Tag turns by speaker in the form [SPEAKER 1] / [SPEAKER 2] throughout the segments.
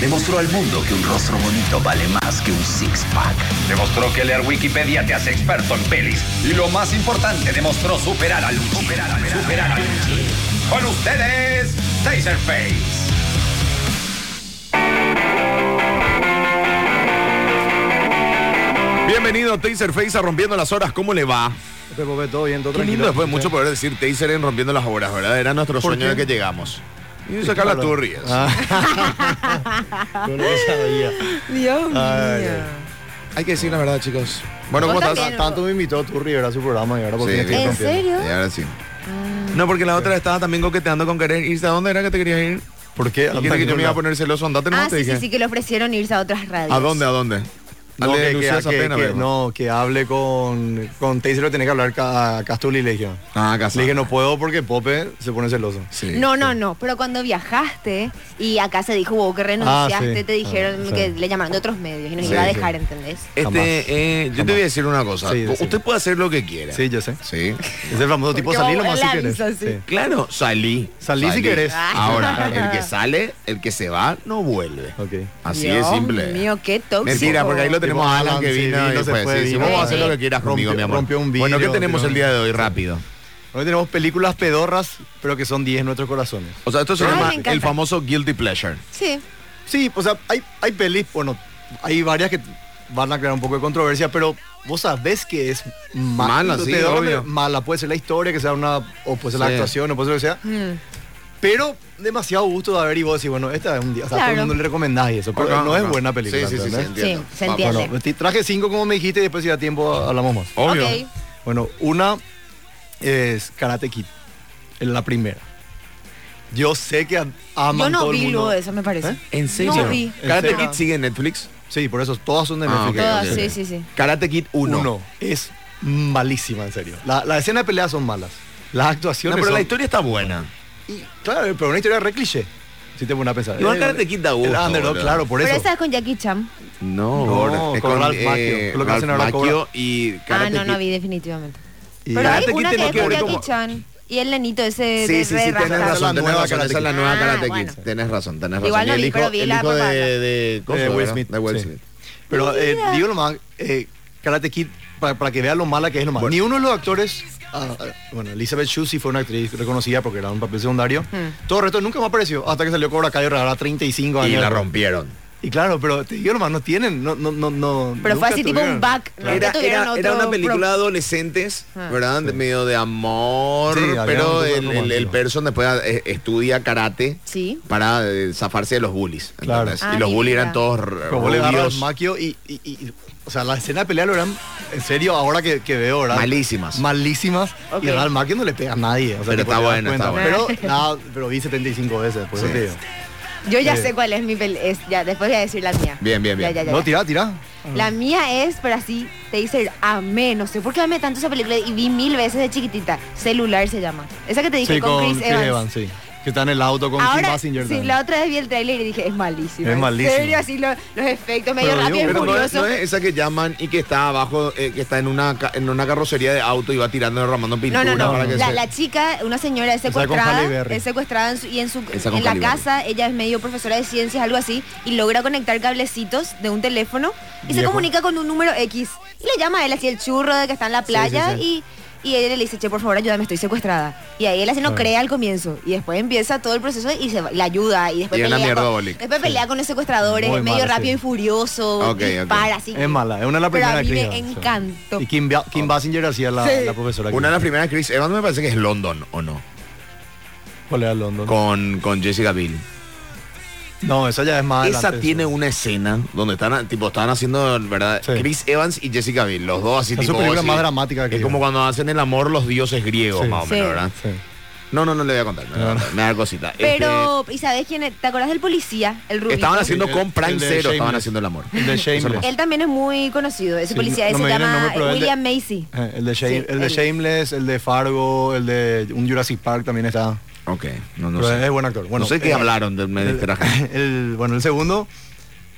[SPEAKER 1] Demostró al mundo que un rostro bonito vale más que un six-pack. Demostró que leer Wikipedia te hace experto en pelis. Y lo más importante, demostró superar al Luchi. Superar al superar al Luchi. Con ustedes, Taserface.
[SPEAKER 2] Bienvenido Taserface a Rompiendo las Horas, ¿cómo le va?
[SPEAKER 3] Este Bobé, todo bien, todo
[SPEAKER 2] Qué
[SPEAKER 3] tranquilo.
[SPEAKER 2] lindo después
[SPEAKER 3] Sí.
[SPEAKER 2] mucho poder decir Taser en Rompiendo las Horas, ¿verdad? Era nuestro
[SPEAKER 3] ¿Por
[SPEAKER 2] sueño
[SPEAKER 3] qué? Ah,
[SPEAKER 2] de que llegamos. Y sacar las turrias.
[SPEAKER 3] Yo no sabía.
[SPEAKER 4] Dios mío.
[SPEAKER 3] Ay,
[SPEAKER 2] Hay que decir la verdad, chicos. Bueno, ¿cómo
[SPEAKER 4] Vos
[SPEAKER 2] estás?
[SPEAKER 4] también.
[SPEAKER 3] Ta- Tanto me invitó Turri era su programa y ahora por
[SPEAKER 2] Sí,
[SPEAKER 3] qué me
[SPEAKER 2] bien.
[SPEAKER 3] estoy
[SPEAKER 4] ¿En
[SPEAKER 3] rompiendo.
[SPEAKER 4] serio? Ah,
[SPEAKER 2] Y ahora sí.
[SPEAKER 4] Mm.
[SPEAKER 2] No, porque la otra estaba también coqueteando con querer irse. ¿A dónde era que te querías ir?
[SPEAKER 3] ¿Por qué?
[SPEAKER 2] Y quiere que yo me iba a poner celoso. Andate nomás,
[SPEAKER 4] Ah,
[SPEAKER 2] te
[SPEAKER 4] sí, sí,
[SPEAKER 2] dije.
[SPEAKER 4] sí, que le ofrecieron irse a otras radios.
[SPEAKER 2] ¿A dónde, a dónde?
[SPEAKER 3] No,
[SPEAKER 2] Ale,
[SPEAKER 3] que, que-
[SPEAKER 2] Lucía
[SPEAKER 3] que-
[SPEAKER 2] Sapena,
[SPEAKER 3] que-
[SPEAKER 2] viejo.
[SPEAKER 3] no, que hable con, con Taser lo tenés que hablar ca- a Castuli, le dije.
[SPEAKER 2] Ah,
[SPEAKER 3] Le
[SPEAKER 2] casado.
[SPEAKER 3] dije, no puedo porque Pope se pone celoso.
[SPEAKER 2] Sí.
[SPEAKER 4] No, no, no, pero cuando viajaste y acá se dijo vos que renunciaste,
[SPEAKER 3] Ah, sí.
[SPEAKER 4] te dijeron
[SPEAKER 3] Ah, sí.
[SPEAKER 4] que le llamaron de otros medios y nos
[SPEAKER 3] Sí,
[SPEAKER 4] iba a
[SPEAKER 3] sí.
[SPEAKER 4] dejar, ¿entendés?
[SPEAKER 2] Este,
[SPEAKER 3] Jamás.
[SPEAKER 2] eh, yo te voy a decir una cosa.
[SPEAKER 3] Sí,
[SPEAKER 2] Usted
[SPEAKER 3] decime.
[SPEAKER 2] puede hacer lo que quiera.
[SPEAKER 3] Sí, yo sé.
[SPEAKER 2] Sí.
[SPEAKER 3] Es el famoso tipo,
[SPEAKER 4] Porque
[SPEAKER 3] salí
[SPEAKER 4] vamos
[SPEAKER 3] nomás
[SPEAKER 4] a
[SPEAKER 3] si
[SPEAKER 4] la
[SPEAKER 3] querés.
[SPEAKER 4] visa, sí.
[SPEAKER 3] Sí.
[SPEAKER 2] Claro, salí.
[SPEAKER 3] Salí si querés.
[SPEAKER 2] Ahora, el que sale, el que se va, no vuelve.
[SPEAKER 3] Ok.
[SPEAKER 2] Así
[SPEAKER 4] Dios
[SPEAKER 2] es simple.
[SPEAKER 4] mío, qué tóxico.
[SPEAKER 2] Mentira, porque ahí lo tenemos
[SPEAKER 3] Tipo,
[SPEAKER 2] a Alan
[SPEAKER 3] Alan,
[SPEAKER 2] que
[SPEAKER 3] sí,
[SPEAKER 2] vino
[SPEAKER 3] vino,
[SPEAKER 2] y
[SPEAKER 3] se
[SPEAKER 2] fue.
[SPEAKER 3] fue,
[SPEAKER 2] sí, sí,
[SPEAKER 3] vino.
[SPEAKER 2] vos vas a hacer lo que quieras
[SPEAKER 3] Rompió-
[SPEAKER 2] conmigo, mi amor.
[SPEAKER 3] rompió un vidrio,
[SPEAKER 2] bueno, ¿qué tenemos
[SPEAKER 3] tiró-
[SPEAKER 2] el día de hoy? Rápido.
[SPEAKER 3] Hoy tenemos películas pedorras, pero que son 10 en nuestros corazones.
[SPEAKER 2] O sea, esto se
[SPEAKER 4] Ay,
[SPEAKER 2] llama
[SPEAKER 4] me encanta.
[SPEAKER 2] el famoso guilty pleasure.
[SPEAKER 4] Sí.
[SPEAKER 3] Sí, o sea, hay, hay pelis, bueno, hay varias que van a crear un poco de controversia, pero vos sabés que es ma-
[SPEAKER 2] Mala, sí,
[SPEAKER 3] te da-
[SPEAKER 2] obvio.
[SPEAKER 3] Mala, puede ser la historia, que sea una, o puede ser la
[SPEAKER 2] Sí.
[SPEAKER 3] actuación, o puede ser lo que sea,
[SPEAKER 4] Mm.
[SPEAKER 3] pero demasiado gusto de ver y vos decís, bueno, esta es un día, o sea, a todo
[SPEAKER 4] Claro.
[SPEAKER 3] el mundo le recomendás y eso, pero
[SPEAKER 2] Acá,
[SPEAKER 3] no es
[SPEAKER 2] acá.
[SPEAKER 3] buena película.
[SPEAKER 2] Sí, sí, sí, sí,
[SPEAKER 3] ¿entendés?
[SPEAKER 2] entiendo.
[SPEAKER 4] Sí, se
[SPEAKER 2] Va,
[SPEAKER 4] entiende.
[SPEAKER 3] Bueno, te traje cinco como me dijiste y después si da tiempo hablamos más.
[SPEAKER 2] Obvio.
[SPEAKER 4] Ok.
[SPEAKER 3] Bueno, una es Karate Kid, es la primera. Yo sé que am- aman
[SPEAKER 4] Yo no
[SPEAKER 3] todo el
[SPEAKER 4] vi
[SPEAKER 3] mundo.
[SPEAKER 4] luego de eso, me parece.
[SPEAKER 3] ¿Eh?
[SPEAKER 2] ¿En serio?
[SPEAKER 4] No vi.
[SPEAKER 2] Karate
[SPEAKER 3] ¿En serio?
[SPEAKER 2] Kid sigue en Netflix.
[SPEAKER 3] Sí, por eso todas son de
[SPEAKER 2] Ah,
[SPEAKER 3] Netflix.
[SPEAKER 2] ok, ok,
[SPEAKER 4] Todas,
[SPEAKER 2] ok.
[SPEAKER 4] sí, sí, sí.
[SPEAKER 2] Karate Kid 1.
[SPEAKER 3] Uno. Es malísima, en serio. La, la escena de pelea son malas. Las
[SPEAKER 2] No,
[SPEAKER 3] actuaciones
[SPEAKER 2] pero la
[SPEAKER 3] son-
[SPEAKER 2] historia está buena.
[SPEAKER 3] Y, claro, pero una historia re cliché. Si te pones a pensar.
[SPEAKER 2] Igual
[SPEAKER 3] El-
[SPEAKER 2] Karate Kid da gusto,
[SPEAKER 3] El underdog,
[SPEAKER 2] boludo.
[SPEAKER 3] claro, por
[SPEAKER 4] Pero
[SPEAKER 3] eso.
[SPEAKER 4] esa es con Jackie Chan.
[SPEAKER 2] No,
[SPEAKER 3] gorda.
[SPEAKER 2] es
[SPEAKER 3] con Ralph Macchio, con lo que hacen
[SPEAKER 2] Ralph
[SPEAKER 3] ahora Cobra.
[SPEAKER 2] Macchio y Karate
[SPEAKER 4] ah, no, no
[SPEAKER 2] Kid.
[SPEAKER 4] vi definitivamente.
[SPEAKER 3] Y-
[SPEAKER 4] Pero hay
[SPEAKER 2] Karate Kid
[SPEAKER 4] una que
[SPEAKER 2] tiene
[SPEAKER 4] es
[SPEAKER 2] que
[SPEAKER 4] con
[SPEAKER 2] ver
[SPEAKER 4] Jackie
[SPEAKER 2] como-
[SPEAKER 4] Chan y el nenito
[SPEAKER 2] Sí,
[SPEAKER 4] ese
[SPEAKER 2] sí,
[SPEAKER 4] de
[SPEAKER 2] sí,
[SPEAKER 4] re
[SPEAKER 2] tenés
[SPEAKER 4] rasta.
[SPEAKER 2] razón,
[SPEAKER 3] La
[SPEAKER 2] tenés
[SPEAKER 3] nueva
[SPEAKER 2] razón,
[SPEAKER 3] Karate
[SPEAKER 2] esa es la
[SPEAKER 4] Kid.
[SPEAKER 2] nueva
[SPEAKER 4] Ah,
[SPEAKER 2] Karate Kid.
[SPEAKER 4] bueno.
[SPEAKER 2] Tenés razón, tenés razón.
[SPEAKER 4] Igual no
[SPEAKER 2] Y el
[SPEAKER 4] vi,
[SPEAKER 2] hijo,
[SPEAKER 4] pero vi
[SPEAKER 2] el
[SPEAKER 4] la
[SPEAKER 2] hijo
[SPEAKER 4] propaganda.
[SPEAKER 2] de, de, ¿cómo
[SPEAKER 3] Eh,
[SPEAKER 2] fue,
[SPEAKER 3] Will
[SPEAKER 2] verdad?
[SPEAKER 3] Smith,
[SPEAKER 2] De Will
[SPEAKER 3] sí.
[SPEAKER 2] Smith.
[SPEAKER 3] Pero eh,
[SPEAKER 4] Mira.
[SPEAKER 3] digo nomás, eh, Karate Kid, para, para que vean lo mala que es nomás.
[SPEAKER 2] Bueno.
[SPEAKER 3] Ni uno de los actores, ah, ah, bueno, Elizabeth Shue sí fue una actriz reconocida porque era un papel secundario.
[SPEAKER 4] Hmm.
[SPEAKER 3] Todo el resto nunca más apareció hasta que salió Cobra Kai, regalaba 35 años.
[SPEAKER 2] Y la rompieron.
[SPEAKER 3] Y claro, pero te digo nomás, no tienen, no, no, no, no.
[SPEAKER 4] Pero fue
[SPEAKER 3] nunca
[SPEAKER 4] así tipo
[SPEAKER 3] tuvieron.
[SPEAKER 4] un back. ¿no?
[SPEAKER 2] Era,
[SPEAKER 4] Que
[SPEAKER 2] era-
[SPEAKER 4] tuvieron
[SPEAKER 2] era
[SPEAKER 4] otro
[SPEAKER 2] una película
[SPEAKER 4] pro-
[SPEAKER 2] de adolescentes,
[SPEAKER 4] Ah.
[SPEAKER 2] ¿verdad? De medio de amor,
[SPEAKER 3] Sí, había
[SPEAKER 2] pero
[SPEAKER 3] un
[SPEAKER 2] el,
[SPEAKER 3] tema
[SPEAKER 2] el-
[SPEAKER 3] romántico.
[SPEAKER 2] el person después eh, estudia karate
[SPEAKER 4] Sí.
[SPEAKER 2] para eh, zafarse de los bullies.
[SPEAKER 3] Claro.
[SPEAKER 2] ¿entendés?
[SPEAKER 4] Ah,
[SPEAKER 2] y los
[SPEAKER 4] mi
[SPEAKER 2] bullies
[SPEAKER 4] vida.
[SPEAKER 2] eran todos
[SPEAKER 3] Como Eh, le agarra al
[SPEAKER 2] rubios.
[SPEAKER 3] Maquio y, y- y- O sea, la escena de pelea lo eran. En serio, ahora que, que veo, ¿verdad?
[SPEAKER 2] Malísimas.
[SPEAKER 3] Malísimas.
[SPEAKER 4] Ok.
[SPEAKER 3] Y al Maquio no le pega a nadie. O sea,
[SPEAKER 2] Pero
[SPEAKER 3] tipo,
[SPEAKER 2] está
[SPEAKER 3] te das
[SPEAKER 2] bueno, está
[SPEAKER 3] cuenta.
[SPEAKER 4] bueno.
[SPEAKER 3] Pero, nada, pero vi 75 veces, por eso
[SPEAKER 2] Sí.
[SPEAKER 3] te digo.
[SPEAKER 4] Yo ya
[SPEAKER 3] Sí.
[SPEAKER 4] sé cuál es mi peli. es- ya, después voy a decir la mía.
[SPEAKER 2] Eh. Bien, bien, bien.
[SPEAKER 4] Ya, ya, ya,
[SPEAKER 3] No,
[SPEAKER 4] ya.
[SPEAKER 3] tira, tira.
[SPEAKER 4] La mía es, pero así, te dice, amé, no sé por qué amé tanto esa película y vi mil veces de chiquitita. Celular se llama. Esa que te dije
[SPEAKER 3] Sí,
[SPEAKER 4] con,
[SPEAKER 3] con
[SPEAKER 4] Chris Evans.
[SPEAKER 3] sí. Que está en el auto con Kim
[SPEAKER 4] Ahora,
[SPEAKER 3] Basinger.
[SPEAKER 4] sí, la otra vez vi el trailer y dije, es malísimo.
[SPEAKER 3] Es
[SPEAKER 4] en
[SPEAKER 3] malísimo.
[SPEAKER 4] serio, así lo- los efectos medio
[SPEAKER 3] Pero
[SPEAKER 4] rápido
[SPEAKER 3] digo,
[SPEAKER 4] y
[SPEAKER 2] Pero no es,
[SPEAKER 4] furioso.
[SPEAKER 2] no es esa que llaman y que está abajo, eh, que está en una ca- en una carrocería de auto y va tirando derramando
[SPEAKER 4] No,
[SPEAKER 2] pintura
[SPEAKER 4] no, no.
[SPEAKER 2] para que
[SPEAKER 4] La,
[SPEAKER 2] se-
[SPEAKER 4] la chica, una señora es
[SPEAKER 3] Esa con Halle
[SPEAKER 4] secuestrada,
[SPEAKER 3] Berry.
[SPEAKER 4] es secuestrada en su- y en su
[SPEAKER 2] Esa con
[SPEAKER 4] en la
[SPEAKER 2] Halle Berry.
[SPEAKER 4] casa, ella es medio profesora de ciencias, algo así, y logra conectar cablecitos de un teléfono y se
[SPEAKER 3] Viejo.
[SPEAKER 4] comunica con un número X. Y le llama a él así el churro de que está en la playa
[SPEAKER 3] sí,
[SPEAKER 4] y y ella le dice, che, por favor, ayúdame, estoy secuestrada. Y ahí él así no
[SPEAKER 3] Claro.
[SPEAKER 4] cree al comienzo. Y después empieza todo el proceso y se va- la ayuda. Y después
[SPEAKER 2] Y es una
[SPEAKER 4] pelea,
[SPEAKER 2] mierda,
[SPEAKER 4] con,
[SPEAKER 2] Bolic.
[SPEAKER 4] después pelea con los secuestradores,
[SPEAKER 3] Muy
[SPEAKER 4] es medio
[SPEAKER 3] mala,
[SPEAKER 4] rápido
[SPEAKER 3] sí.
[SPEAKER 4] y furioso.
[SPEAKER 2] Ok, ok.
[SPEAKER 4] dispara, así.
[SPEAKER 3] Es mala, es una de las primeras
[SPEAKER 4] Pero a mí me
[SPEAKER 3] Chris Evans, sí.
[SPEAKER 4] encantó.
[SPEAKER 3] Y Kim, Ba- Kim Basinger hacía la,
[SPEAKER 4] Sí.
[SPEAKER 3] la profesora.
[SPEAKER 2] Una de las
[SPEAKER 3] Kim.
[SPEAKER 2] primeras Chris Evans me parece que es London, ¿o no?
[SPEAKER 3] ¿Cuál era London?
[SPEAKER 2] Con, con Jessica Biel.
[SPEAKER 3] No, esa ya es más
[SPEAKER 2] Esa
[SPEAKER 3] adelante,
[SPEAKER 2] tiene
[SPEAKER 3] eso.
[SPEAKER 2] una escena donde están, tipo, estaban haciendo, ¿verdad?
[SPEAKER 3] Sí.
[SPEAKER 2] Chris Evans y Jessica Biel, los dos así,
[SPEAKER 3] Es su
[SPEAKER 2] tipo,
[SPEAKER 3] película
[SPEAKER 2] así.
[SPEAKER 3] más dramática que
[SPEAKER 2] Es
[SPEAKER 3] yo.
[SPEAKER 2] como cuando hacen el amor los dioses griegos,
[SPEAKER 3] Sí.
[SPEAKER 2] más o menos,
[SPEAKER 4] Sí.
[SPEAKER 2] ¿verdad?
[SPEAKER 3] Sí.
[SPEAKER 2] No, no, no le voy a contar, me,
[SPEAKER 3] No, no.
[SPEAKER 2] me da cosita.
[SPEAKER 4] Pero, ¿y sabes quién es? ¿Te acordás del policía? El
[SPEAKER 2] Este,
[SPEAKER 4] rubio.
[SPEAKER 2] estaban haciendo
[SPEAKER 3] El-
[SPEAKER 2] con Prank
[SPEAKER 3] el de
[SPEAKER 2] Cero, estaban
[SPEAKER 3] Shameless.
[SPEAKER 2] haciendo el amor.
[SPEAKER 3] El de Shameless.
[SPEAKER 4] Él también es muy conocido. Ese
[SPEAKER 3] Sí,
[SPEAKER 4] policía
[SPEAKER 3] no- no
[SPEAKER 4] se
[SPEAKER 3] me viene el
[SPEAKER 4] llama
[SPEAKER 3] nombre, pero el de-
[SPEAKER 4] William Macy.
[SPEAKER 2] Ah,
[SPEAKER 3] Eh, El de, Shame-
[SPEAKER 4] Sí,
[SPEAKER 3] el de
[SPEAKER 4] él.
[SPEAKER 3] Shameless, el de Fargo, el de un Jurassic Park también está.
[SPEAKER 2] Ok, no, no
[SPEAKER 3] pero
[SPEAKER 2] sé.
[SPEAKER 3] es buen actor. Bueno,
[SPEAKER 2] no sé qué
[SPEAKER 3] eh,
[SPEAKER 2] hablaron, de- me
[SPEAKER 3] El,
[SPEAKER 2] distraje.
[SPEAKER 3] el- bueno, el segundo,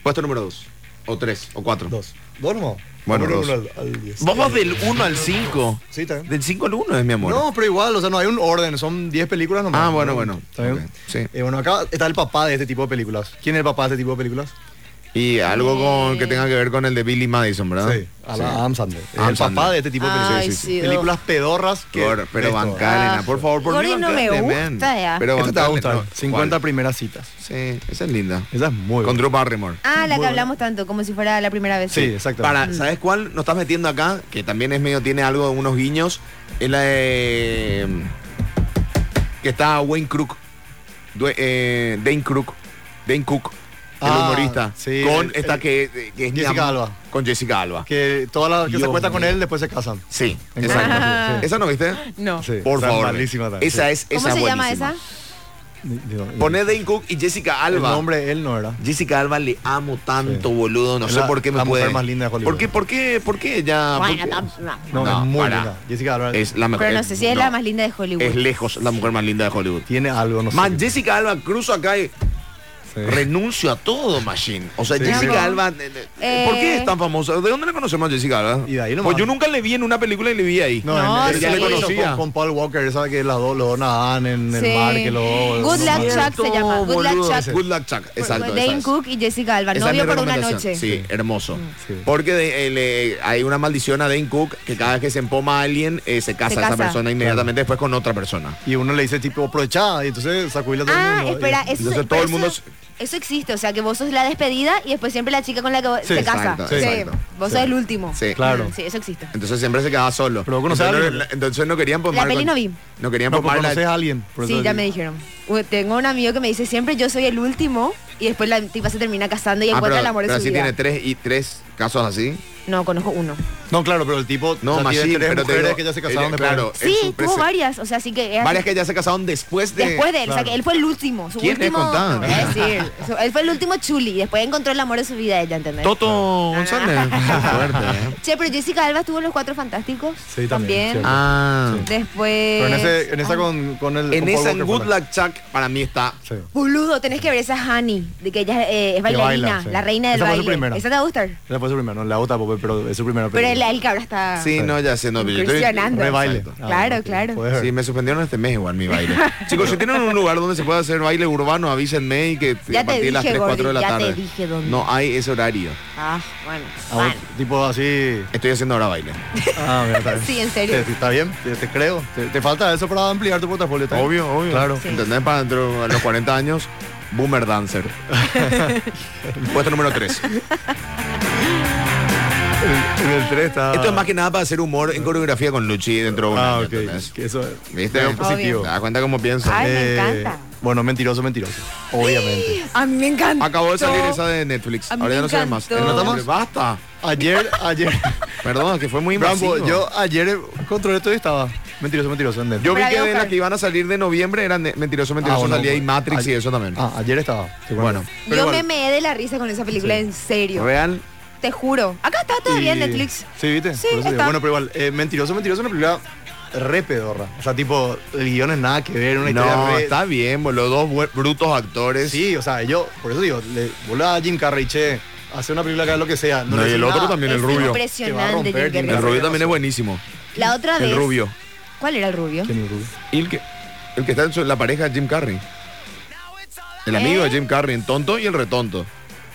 [SPEAKER 2] Puesto número dos. o tres, o cuatro.
[SPEAKER 5] Dos. Dos nomás.
[SPEAKER 2] Bueno,
[SPEAKER 5] Número
[SPEAKER 2] dos.
[SPEAKER 5] uno al, al diez.
[SPEAKER 2] Vos vas del 1 al 5.
[SPEAKER 5] Sí, está bien.
[SPEAKER 2] Del 5 al 1 es mi amor.
[SPEAKER 3] No, pero igual, o sea, no hay un orden, son 10 películas nomás.
[SPEAKER 2] Ah, bueno, bueno.
[SPEAKER 3] ¿Está bien?
[SPEAKER 2] Ok, sí.
[SPEAKER 3] Eh, bueno, acá está el papá de este tipo de películas. ¿Quién es el papá de este tipo de películas?
[SPEAKER 2] Y algo con, que
[SPEAKER 4] Eh.
[SPEAKER 2] tenga que ver con el de Billy Madison, ¿verdad?
[SPEAKER 3] Sí, a la Adam Sandler. Es
[SPEAKER 2] Ah, Adam
[SPEAKER 3] el
[SPEAKER 2] Sandler.
[SPEAKER 3] papá de este tipo de
[SPEAKER 4] Ay,
[SPEAKER 3] películas.
[SPEAKER 4] sí, sí.
[SPEAKER 3] Películas pedorras que.
[SPEAKER 2] Por- pero
[SPEAKER 3] esto,
[SPEAKER 2] bancale,
[SPEAKER 4] Ah.
[SPEAKER 2] na, por favor, por mí
[SPEAKER 4] Gordy no me
[SPEAKER 2] bancale, man.
[SPEAKER 4] gusta ya.
[SPEAKER 2] Pero
[SPEAKER 3] Esta te va a
[SPEAKER 2] bancale,
[SPEAKER 3] gustar.
[SPEAKER 2] no,
[SPEAKER 3] 50
[SPEAKER 2] ¿cuál?
[SPEAKER 3] primeras citas.
[SPEAKER 2] Sí, esa es linda.
[SPEAKER 3] Esa es muy
[SPEAKER 2] Con
[SPEAKER 3] buena.
[SPEAKER 2] Drew Barrymore.
[SPEAKER 4] Ah, la
[SPEAKER 3] Muy
[SPEAKER 4] que
[SPEAKER 3] bueno.
[SPEAKER 4] hablamos tanto, como si fuera la primera vez.
[SPEAKER 3] Sí, exacto.
[SPEAKER 2] Para,
[SPEAKER 4] Mm.
[SPEAKER 2] ¿sabes cuál nos estás metiendo acá? Que también es medio, tiene algo de unos guiños. Es la de... mm, Que está Wayne Crook. Due- eh, Dane Crook. Dane Cook. El
[SPEAKER 3] Ah,
[SPEAKER 2] humorista.
[SPEAKER 3] sí,
[SPEAKER 2] con
[SPEAKER 3] el-
[SPEAKER 2] esta
[SPEAKER 3] el-
[SPEAKER 2] que, eh, que es mi
[SPEAKER 3] Jessica
[SPEAKER 2] am-
[SPEAKER 3] Alba.
[SPEAKER 2] Con Jessica Alba.
[SPEAKER 3] Que todas las que se
[SPEAKER 2] Dios
[SPEAKER 3] acuestan con
[SPEAKER 2] mío.
[SPEAKER 3] él después se casan.
[SPEAKER 2] Sí,
[SPEAKER 3] En
[SPEAKER 2] exacto.
[SPEAKER 3] Colombia, sí.
[SPEAKER 2] ¿Esa no viste?
[SPEAKER 4] No.
[SPEAKER 3] Sí,
[SPEAKER 2] Por
[SPEAKER 3] está
[SPEAKER 2] favor.
[SPEAKER 3] malísima también.
[SPEAKER 2] Esa es
[SPEAKER 4] ¿Cómo
[SPEAKER 2] esa
[SPEAKER 4] se llama
[SPEAKER 2] buenísima.
[SPEAKER 4] esa?
[SPEAKER 3] Digo,
[SPEAKER 2] Poné Dane Cook y Jessica
[SPEAKER 3] El
[SPEAKER 2] Alba.
[SPEAKER 3] nombre él no era.
[SPEAKER 2] Jessica Alba le amo tanto,
[SPEAKER 3] Sí.
[SPEAKER 2] boludo. No
[SPEAKER 3] Es
[SPEAKER 2] sé
[SPEAKER 3] la-
[SPEAKER 2] por qué me
[SPEAKER 3] la mujer
[SPEAKER 2] puede.
[SPEAKER 3] más linda de Hollywood.
[SPEAKER 2] ¿Por qué, por qué, por qué ella?
[SPEAKER 4] Bueno,
[SPEAKER 2] por qué?
[SPEAKER 4] tam- no.
[SPEAKER 3] No,
[SPEAKER 2] No,
[SPEAKER 3] es muy
[SPEAKER 2] para.
[SPEAKER 3] linda. Jessica Alba
[SPEAKER 2] Es la mejor.
[SPEAKER 4] Pero no sé si es la
[SPEAKER 2] no.
[SPEAKER 4] más linda de Hollywood.
[SPEAKER 2] Es lejos la mujer más linda de Hollywood.
[SPEAKER 3] tiene algo, no sé.
[SPEAKER 2] Man, Jessica Alba cruzo acá y
[SPEAKER 3] Sí.
[SPEAKER 2] renuncio a todo, Machine. O sea,
[SPEAKER 3] Sí.
[SPEAKER 2] Jessica
[SPEAKER 4] Ajá.
[SPEAKER 2] Alba, de- de-
[SPEAKER 4] Eh.
[SPEAKER 2] ¿por qué es tan famosa? ¿De dónde la conocemos a Jessica Alba?
[SPEAKER 3] Y de ahí nomás.
[SPEAKER 2] pues yo nunca le vi en una película y le vi ahí.
[SPEAKER 3] No,
[SPEAKER 4] No,
[SPEAKER 3] en- en-
[SPEAKER 4] sí.
[SPEAKER 3] ya le
[SPEAKER 2] conocía.
[SPEAKER 3] conocía. Con, con Paul Walker, esa que las dos lo nadan en
[SPEAKER 4] Sí.
[SPEAKER 3] el mar, que lo
[SPEAKER 4] Good luck,
[SPEAKER 3] no,
[SPEAKER 4] Chuck. se llama. Good Luck,
[SPEAKER 2] boludo.
[SPEAKER 4] Chuck.
[SPEAKER 2] Good luck Chuck. Exacto.
[SPEAKER 4] Dane
[SPEAKER 2] esa es.
[SPEAKER 4] Cook y Jessica Alba.
[SPEAKER 2] Esa es mi
[SPEAKER 4] Novio por una
[SPEAKER 2] recomendación.
[SPEAKER 4] noche. Mm.
[SPEAKER 2] Sí, hermoso.
[SPEAKER 3] Sí.
[SPEAKER 2] Porque de- eh, le- hay una maldición a Dane Cook que cada vez que se empoma a alguien eh, se casa
[SPEAKER 4] Se
[SPEAKER 2] esa
[SPEAKER 4] casa.
[SPEAKER 2] persona inmediatamente después con otra persona.
[SPEAKER 3] Y uno le dice tipo aprovechá y entonces sacudile a todo el
[SPEAKER 4] Ah,
[SPEAKER 3] mundo. Y-
[SPEAKER 4] espera, eso,
[SPEAKER 2] eh, Entonces, todo
[SPEAKER 4] pero
[SPEAKER 2] el mundo
[SPEAKER 4] eso- eso existe, o sea que vos sos la despedida y después siempre la chica con la que vos-
[SPEAKER 3] Sí,
[SPEAKER 4] se casa.
[SPEAKER 2] exacto,
[SPEAKER 4] Sí,
[SPEAKER 2] exacto.
[SPEAKER 4] Vos sos el último.
[SPEAKER 2] Sí.
[SPEAKER 3] Claro.
[SPEAKER 4] Mm, Sí, eso existe.
[SPEAKER 2] Entonces siempre se quedaba solo.
[SPEAKER 3] Pero vos conocés a
[SPEAKER 2] entonces, no,
[SPEAKER 3] alguien.
[SPEAKER 2] entonces no querían pomar
[SPEAKER 4] peli no vi.
[SPEAKER 2] No querían
[SPEAKER 3] No, pues
[SPEAKER 2] pomar la-
[SPEAKER 3] conoces a alguien. por eso
[SPEAKER 4] Sí, ya
[SPEAKER 3] digo.
[SPEAKER 4] me dijeron. U- Tengo un amigo que me dice siempre yo soy el último y después la tipa se termina casando y
[SPEAKER 2] Ah,
[SPEAKER 4] encuentra
[SPEAKER 2] pero,
[SPEAKER 4] el amor de
[SPEAKER 2] pero
[SPEAKER 4] su
[SPEAKER 2] así
[SPEAKER 4] vida.
[SPEAKER 2] tiene tres y tres casos así.
[SPEAKER 4] No, conozco uno.
[SPEAKER 3] No, claro, pero el tipo
[SPEAKER 2] No,
[SPEAKER 3] o sea,
[SPEAKER 2] Machine,
[SPEAKER 3] tiene tres
[SPEAKER 2] pero te
[SPEAKER 3] mujeres
[SPEAKER 2] digo,
[SPEAKER 3] que ya se
[SPEAKER 2] ella-
[SPEAKER 3] casaron después.
[SPEAKER 2] claro. en
[SPEAKER 4] Sí,
[SPEAKER 2] su
[SPEAKER 4] tuvo
[SPEAKER 2] prese-
[SPEAKER 4] varias, o sea, así que... es así.
[SPEAKER 2] Varias que ya se casaron después de.
[SPEAKER 4] Después de él, o sea,
[SPEAKER 3] Claro.
[SPEAKER 4] que él fue el último. Su
[SPEAKER 2] ¿Quién es
[SPEAKER 4] último,
[SPEAKER 2] contado?
[SPEAKER 4] no voy a decir. Su- él fue el último chuli y después encontró el amor de su vida ella, ¿entendés?
[SPEAKER 2] Toto González. Ah. Fuerte, ¿eh?
[SPEAKER 4] Che, pero Jessica Alba estuvo en Los Cuatro Fantásticos.
[SPEAKER 3] Sí, también, cierto.
[SPEAKER 2] Ah.
[SPEAKER 4] Después... ah,
[SPEAKER 3] Pero en, ese, en esa
[SPEAKER 4] Ay,
[SPEAKER 3] con, con el.
[SPEAKER 2] En
[SPEAKER 3] con Paul
[SPEAKER 2] esa en
[SPEAKER 3] Walker
[SPEAKER 2] Good
[SPEAKER 3] fue la-
[SPEAKER 2] Luck Chuck para mí está.
[SPEAKER 3] Sí.
[SPEAKER 4] Boludo, tenés que ver esa Hani, de que ella eh, es bailarina,
[SPEAKER 3] baila, sí.
[SPEAKER 4] la reina del
[SPEAKER 3] Esa fue su
[SPEAKER 4] baile.
[SPEAKER 3] primera.
[SPEAKER 4] Esa te va a gustar.
[SPEAKER 3] Esa fue su primera, no, la otra, pues, pero es su primera.
[SPEAKER 4] Pero el,
[SPEAKER 3] película.
[SPEAKER 4] el que ahora está
[SPEAKER 2] Sí, no, ya sé, no, pero yo estoy-
[SPEAKER 4] incursionando.
[SPEAKER 3] Re baile.
[SPEAKER 2] Exacto.
[SPEAKER 3] Ah,
[SPEAKER 4] Claro,
[SPEAKER 3] ok.
[SPEAKER 4] claro.
[SPEAKER 3] Puedes ver.
[SPEAKER 2] Sí, me suspendieron este mes igual mi baile. Chicos, si tienen un lugar donde se pueda hacer baile urbano, avísenme y que
[SPEAKER 4] Ya
[SPEAKER 2] a partir
[SPEAKER 4] te
[SPEAKER 2] de las
[SPEAKER 4] dije,
[SPEAKER 2] 3, 4 de la
[SPEAKER 4] Gordi, ya te
[SPEAKER 2] tarde.
[SPEAKER 4] dije dónde.
[SPEAKER 2] No hay ese horario.
[SPEAKER 4] Ah, bueno.
[SPEAKER 3] Ah,
[SPEAKER 4] bueno.
[SPEAKER 3] vos, tipo así.
[SPEAKER 2] Estoy haciendo ahora baile.
[SPEAKER 3] Ah, mira, está bien.
[SPEAKER 4] Sí, en serio.
[SPEAKER 3] Te- Está bien, te, te creo. Te, te falta eso para ampliar tu portafolio. también.
[SPEAKER 2] Obvio, obvio.
[SPEAKER 3] Claro.
[SPEAKER 4] Sí.
[SPEAKER 2] ¿Entendés? Para dentro de los 40 años, boomer dancer. Puesto número 3.
[SPEAKER 3] En el 3 está.
[SPEAKER 2] Esto es más que nada para hacer humor en coreografía con Luchi dentro de un
[SPEAKER 3] Ah,
[SPEAKER 2] año,
[SPEAKER 3] ok.
[SPEAKER 2] ¿entendés?
[SPEAKER 3] Que Eso
[SPEAKER 2] ¿Viste?
[SPEAKER 3] es positivo. Eh,
[SPEAKER 2] ¿Te das cuenta cómo pienso?
[SPEAKER 4] Ay, me encanta.
[SPEAKER 3] Bueno, mentiroso, mentiroso. Obviamente.
[SPEAKER 4] A mí me encanta.
[SPEAKER 2] Acabó de salir esa de Netflix.
[SPEAKER 4] A mí
[SPEAKER 2] Ahora ya
[SPEAKER 4] me
[SPEAKER 2] no se ve más.
[SPEAKER 4] encantó.
[SPEAKER 2] ¿No estamos? Basta.
[SPEAKER 3] Ayer, ayer.
[SPEAKER 2] Perdón, que fue muy invasivo.
[SPEAKER 3] Brambo, yo ayer controlé todo y estaba. Mentiroso, mentiroso. en Netflix.
[SPEAKER 2] Yo vi
[SPEAKER 4] Para
[SPEAKER 2] que de
[SPEAKER 4] dibujar.
[SPEAKER 2] las que iban a salir de noviembre eran de- mentiroso,
[SPEAKER 3] Ah,
[SPEAKER 2] mentiroso,
[SPEAKER 3] bueno,
[SPEAKER 2] salía y
[SPEAKER 3] bueno.
[SPEAKER 2] Matrix
[SPEAKER 3] Ay-
[SPEAKER 2] y eso también.
[SPEAKER 3] Ah, ayer estaba.
[SPEAKER 2] bueno,
[SPEAKER 4] Yo
[SPEAKER 2] pero
[SPEAKER 4] me
[SPEAKER 2] igual,
[SPEAKER 4] meé de la risa con esa película, en serio.
[SPEAKER 2] real.
[SPEAKER 4] Te juro. Acá está todavía en
[SPEAKER 3] Y-
[SPEAKER 4] Netflix.
[SPEAKER 3] Sí, ¿viste?
[SPEAKER 4] Sí,
[SPEAKER 3] Por eso digo.
[SPEAKER 4] está.
[SPEAKER 3] Bueno, pero igual, eh, Mentiroso, Mentiroso es una película re pedorra. O sea, tipo, el guión es nada que ver, una historia
[SPEAKER 2] No,
[SPEAKER 3] re-
[SPEAKER 2] está bien, los dos bu- brutos actores.
[SPEAKER 3] Sí, o sea, yo, por eso digo, le volá a Jim Carrey, che, hace una película que es lo que sea.
[SPEAKER 2] No,
[SPEAKER 3] le
[SPEAKER 2] y el
[SPEAKER 3] dicen
[SPEAKER 2] otro
[SPEAKER 3] nada.
[SPEAKER 2] también, el
[SPEAKER 4] Es
[SPEAKER 2] rubio.
[SPEAKER 3] Que va a
[SPEAKER 4] impresionante,
[SPEAKER 3] romper,
[SPEAKER 4] Jim Carrey.
[SPEAKER 2] El
[SPEAKER 3] Jim Carrey.
[SPEAKER 2] rubio también es buenísimo.
[SPEAKER 4] La otra vez.
[SPEAKER 2] El rubio.
[SPEAKER 4] ¿Cuál era el rubio?
[SPEAKER 3] ¿Quién es Rubio?
[SPEAKER 2] Y el que, el que está en su- la pareja de Jim Carrey. El amigo
[SPEAKER 4] ¿Eh?
[SPEAKER 2] de Jim Carrey, el tonto y el retonto.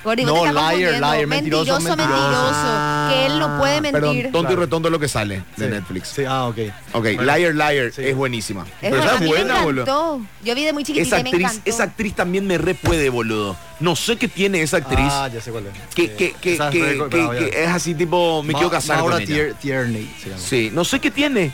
[SPEAKER 4] Gordi,
[SPEAKER 3] No,
[SPEAKER 4] vos te estás
[SPEAKER 3] liar,
[SPEAKER 4] confundiendo.
[SPEAKER 3] liar,
[SPEAKER 4] mentiroso,
[SPEAKER 3] mentiroso,
[SPEAKER 4] mentiroso,
[SPEAKER 2] Ah,
[SPEAKER 4] Que él no puede mentir.
[SPEAKER 2] Perdón, tonto
[SPEAKER 3] Claro.
[SPEAKER 2] y retonto es lo que sale de
[SPEAKER 3] Sí.
[SPEAKER 2] Netflix.
[SPEAKER 3] Sí, ah, ok.
[SPEAKER 2] Ok,
[SPEAKER 3] Bueno.
[SPEAKER 2] Liar Liar
[SPEAKER 3] Sí.
[SPEAKER 2] es buenísima.
[SPEAKER 4] Es
[SPEAKER 2] Pero
[SPEAKER 4] verdad,
[SPEAKER 2] esa
[SPEAKER 4] a
[SPEAKER 2] es
[SPEAKER 4] mí
[SPEAKER 2] buena,
[SPEAKER 4] me
[SPEAKER 2] boludo.
[SPEAKER 4] encantó. Yo vi de muy chiquitita
[SPEAKER 2] Esa
[SPEAKER 4] y me
[SPEAKER 2] actriz,
[SPEAKER 4] encantó.
[SPEAKER 2] esa actriz también me repuede, boludo. No sé qué tiene esa actriz.
[SPEAKER 3] Ah, ya sé cuál es.
[SPEAKER 2] que,
[SPEAKER 3] Sí.
[SPEAKER 2] que, que,
[SPEAKER 3] Esa es
[SPEAKER 2] que-
[SPEAKER 3] re-
[SPEAKER 2] que-
[SPEAKER 3] bravo, ya.
[SPEAKER 2] que es así tipo, me
[SPEAKER 3] Ma-
[SPEAKER 2] quiero casar
[SPEAKER 3] Maura
[SPEAKER 2] con ella.
[SPEAKER 3] Tier- Tierney se llama.
[SPEAKER 2] Sí, no sé qué tiene.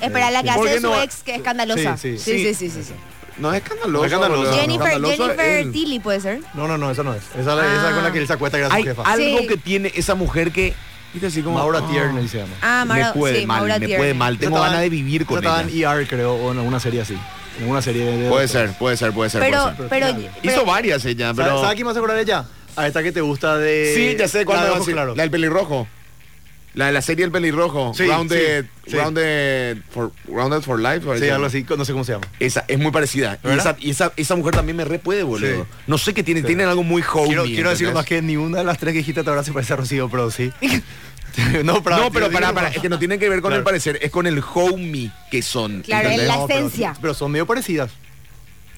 [SPEAKER 4] Espera, la que
[SPEAKER 2] ¿Por
[SPEAKER 4] hace
[SPEAKER 2] qué
[SPEAKER 4] de su
[SPEAKER 2] no?
[SPEAKER 4] ex, que es escandalosa. Sí,
[SPEAKER 3] Sí, sí.
[SPEAKER 4] sí, sí. sí, sí.
[SPEAKER 2] No es escandaloso.
[SPEAKER 3] No es escandaloso. Eh,
[SPEAKER 2] boludo.
[SPEAKER 4] Jennifer,
[SPEAKER 2] Escandaloso es
[SPEAKER 4] Jennifer
[SPEAKER 2] él.
[SPEAKER 4] Tilly puede ser.
[SPEAKER 3] No, no, no, esa no es. Esa, es la- esa es con la que él se acuesta que era su
[SPEAKER 2] Hay
[SPEAKER 3] jefa.
[SPEAKER 2] algo
[SPEAKER 4] Sí.
[SPEAKER 2] que tiene esa mujer que... ¿Viste así como?
[SPEAKER 3] Maura
[SPEAKER 2] oh,
[SPEAKER 3] Tierney se llama.
[SPEAKER 4] Ah, Maura,
[SPEAKER 2] me puede
[SPEAKER 4] sí,
[SPEAKER 2] mal,
[SPEAKER 4] Maura
[SPEAKER 2] me
[SPEAKER 4] Tierney.
[SPEAKER 2] puede mal. Tengo
[SPEAKER 3] Esa
[SPEAKER 2] ganas
[SPEAKER 3] estaba-
[SPEAKER 2] de vivir con
[SPEAKER 3] esa estaba
[SPEAKER 2] ella.
[SPEAKER 3] en eh, ER, creo, o en alguna serie así. En alguna serie de...
[SPEAKER 2] Puede ser, puede ser, puede ser.
[SPEAKER 4] Pero,
[SPEAKER 2] puede ser.
[SPEAKER 4] pero,
[SPEAKER 3] Hizo
[SPEAKER 4] pero-
[SPEAKER 2] Hizo varias ella,
[SPEAKER 3] ¿Sabes
[SPEAKER 2] pero...
[SPEAKER 3] sabes quién me hace acordar de ella? A esta que te gusta de...
[SPEAKER 2] Sí, ya sé cuál
[SPEAKER 3] eh, La
[SPEAKER 2] me va
[SPEAKER 3] de
[SPEAKER 2] a
[SPEAKER 3] ojos
[SPEAKER 2] decir.
[SPEAKER 3] claros.
[SPEAKER 2] La del pelirrojo. La de la serie El Pelirrojo,
[SPEAKER 3] Sí,
[SPEAKER 2] Rounded,
[SPEAKER 3] sí, sí.
[SPEAKER 2] Rounded, for, Rounded for Life. ¿o
[SPEAKER 3] Sí,
[SPEAKER 2] algo
[SPEAKER 3] algo así, no sé cómo se llama.
[SPEAKER 2] Esa es muy parecida. Y
[SPEAKER 3] ¿Verdad?
[SPEAKER 2] esa, y esa, esa mujer también me re puede, boludo.
[SPEAKER 3] Sí.
[SPEAKER 2] No sé qué tiene, tienen algo muy homey.
[SPEAKER 3] Quiero, quiero decir
[SPEAKER 2] ¿entendés?
[SPEAKER 3] más que ninguna de las tres que dijiste hasta ahora se parece a Rocío, pero sí. no, para,
[SPEAKER 2] No, pero pará, pará, es que no tiene que ver con
[SPEAKER 3] Claro.
[SPEAKER 2] el parecer, es con el homey que son.
[SPEAKER 4] Claro,
[SPEAKER 2] ¿entendés?
[SPEAKER 4] la
[SPEAKER 3] No, pero-
[SPEAKER 4] esencia.
[SPEAKER 3] Pero, son medio parecidas.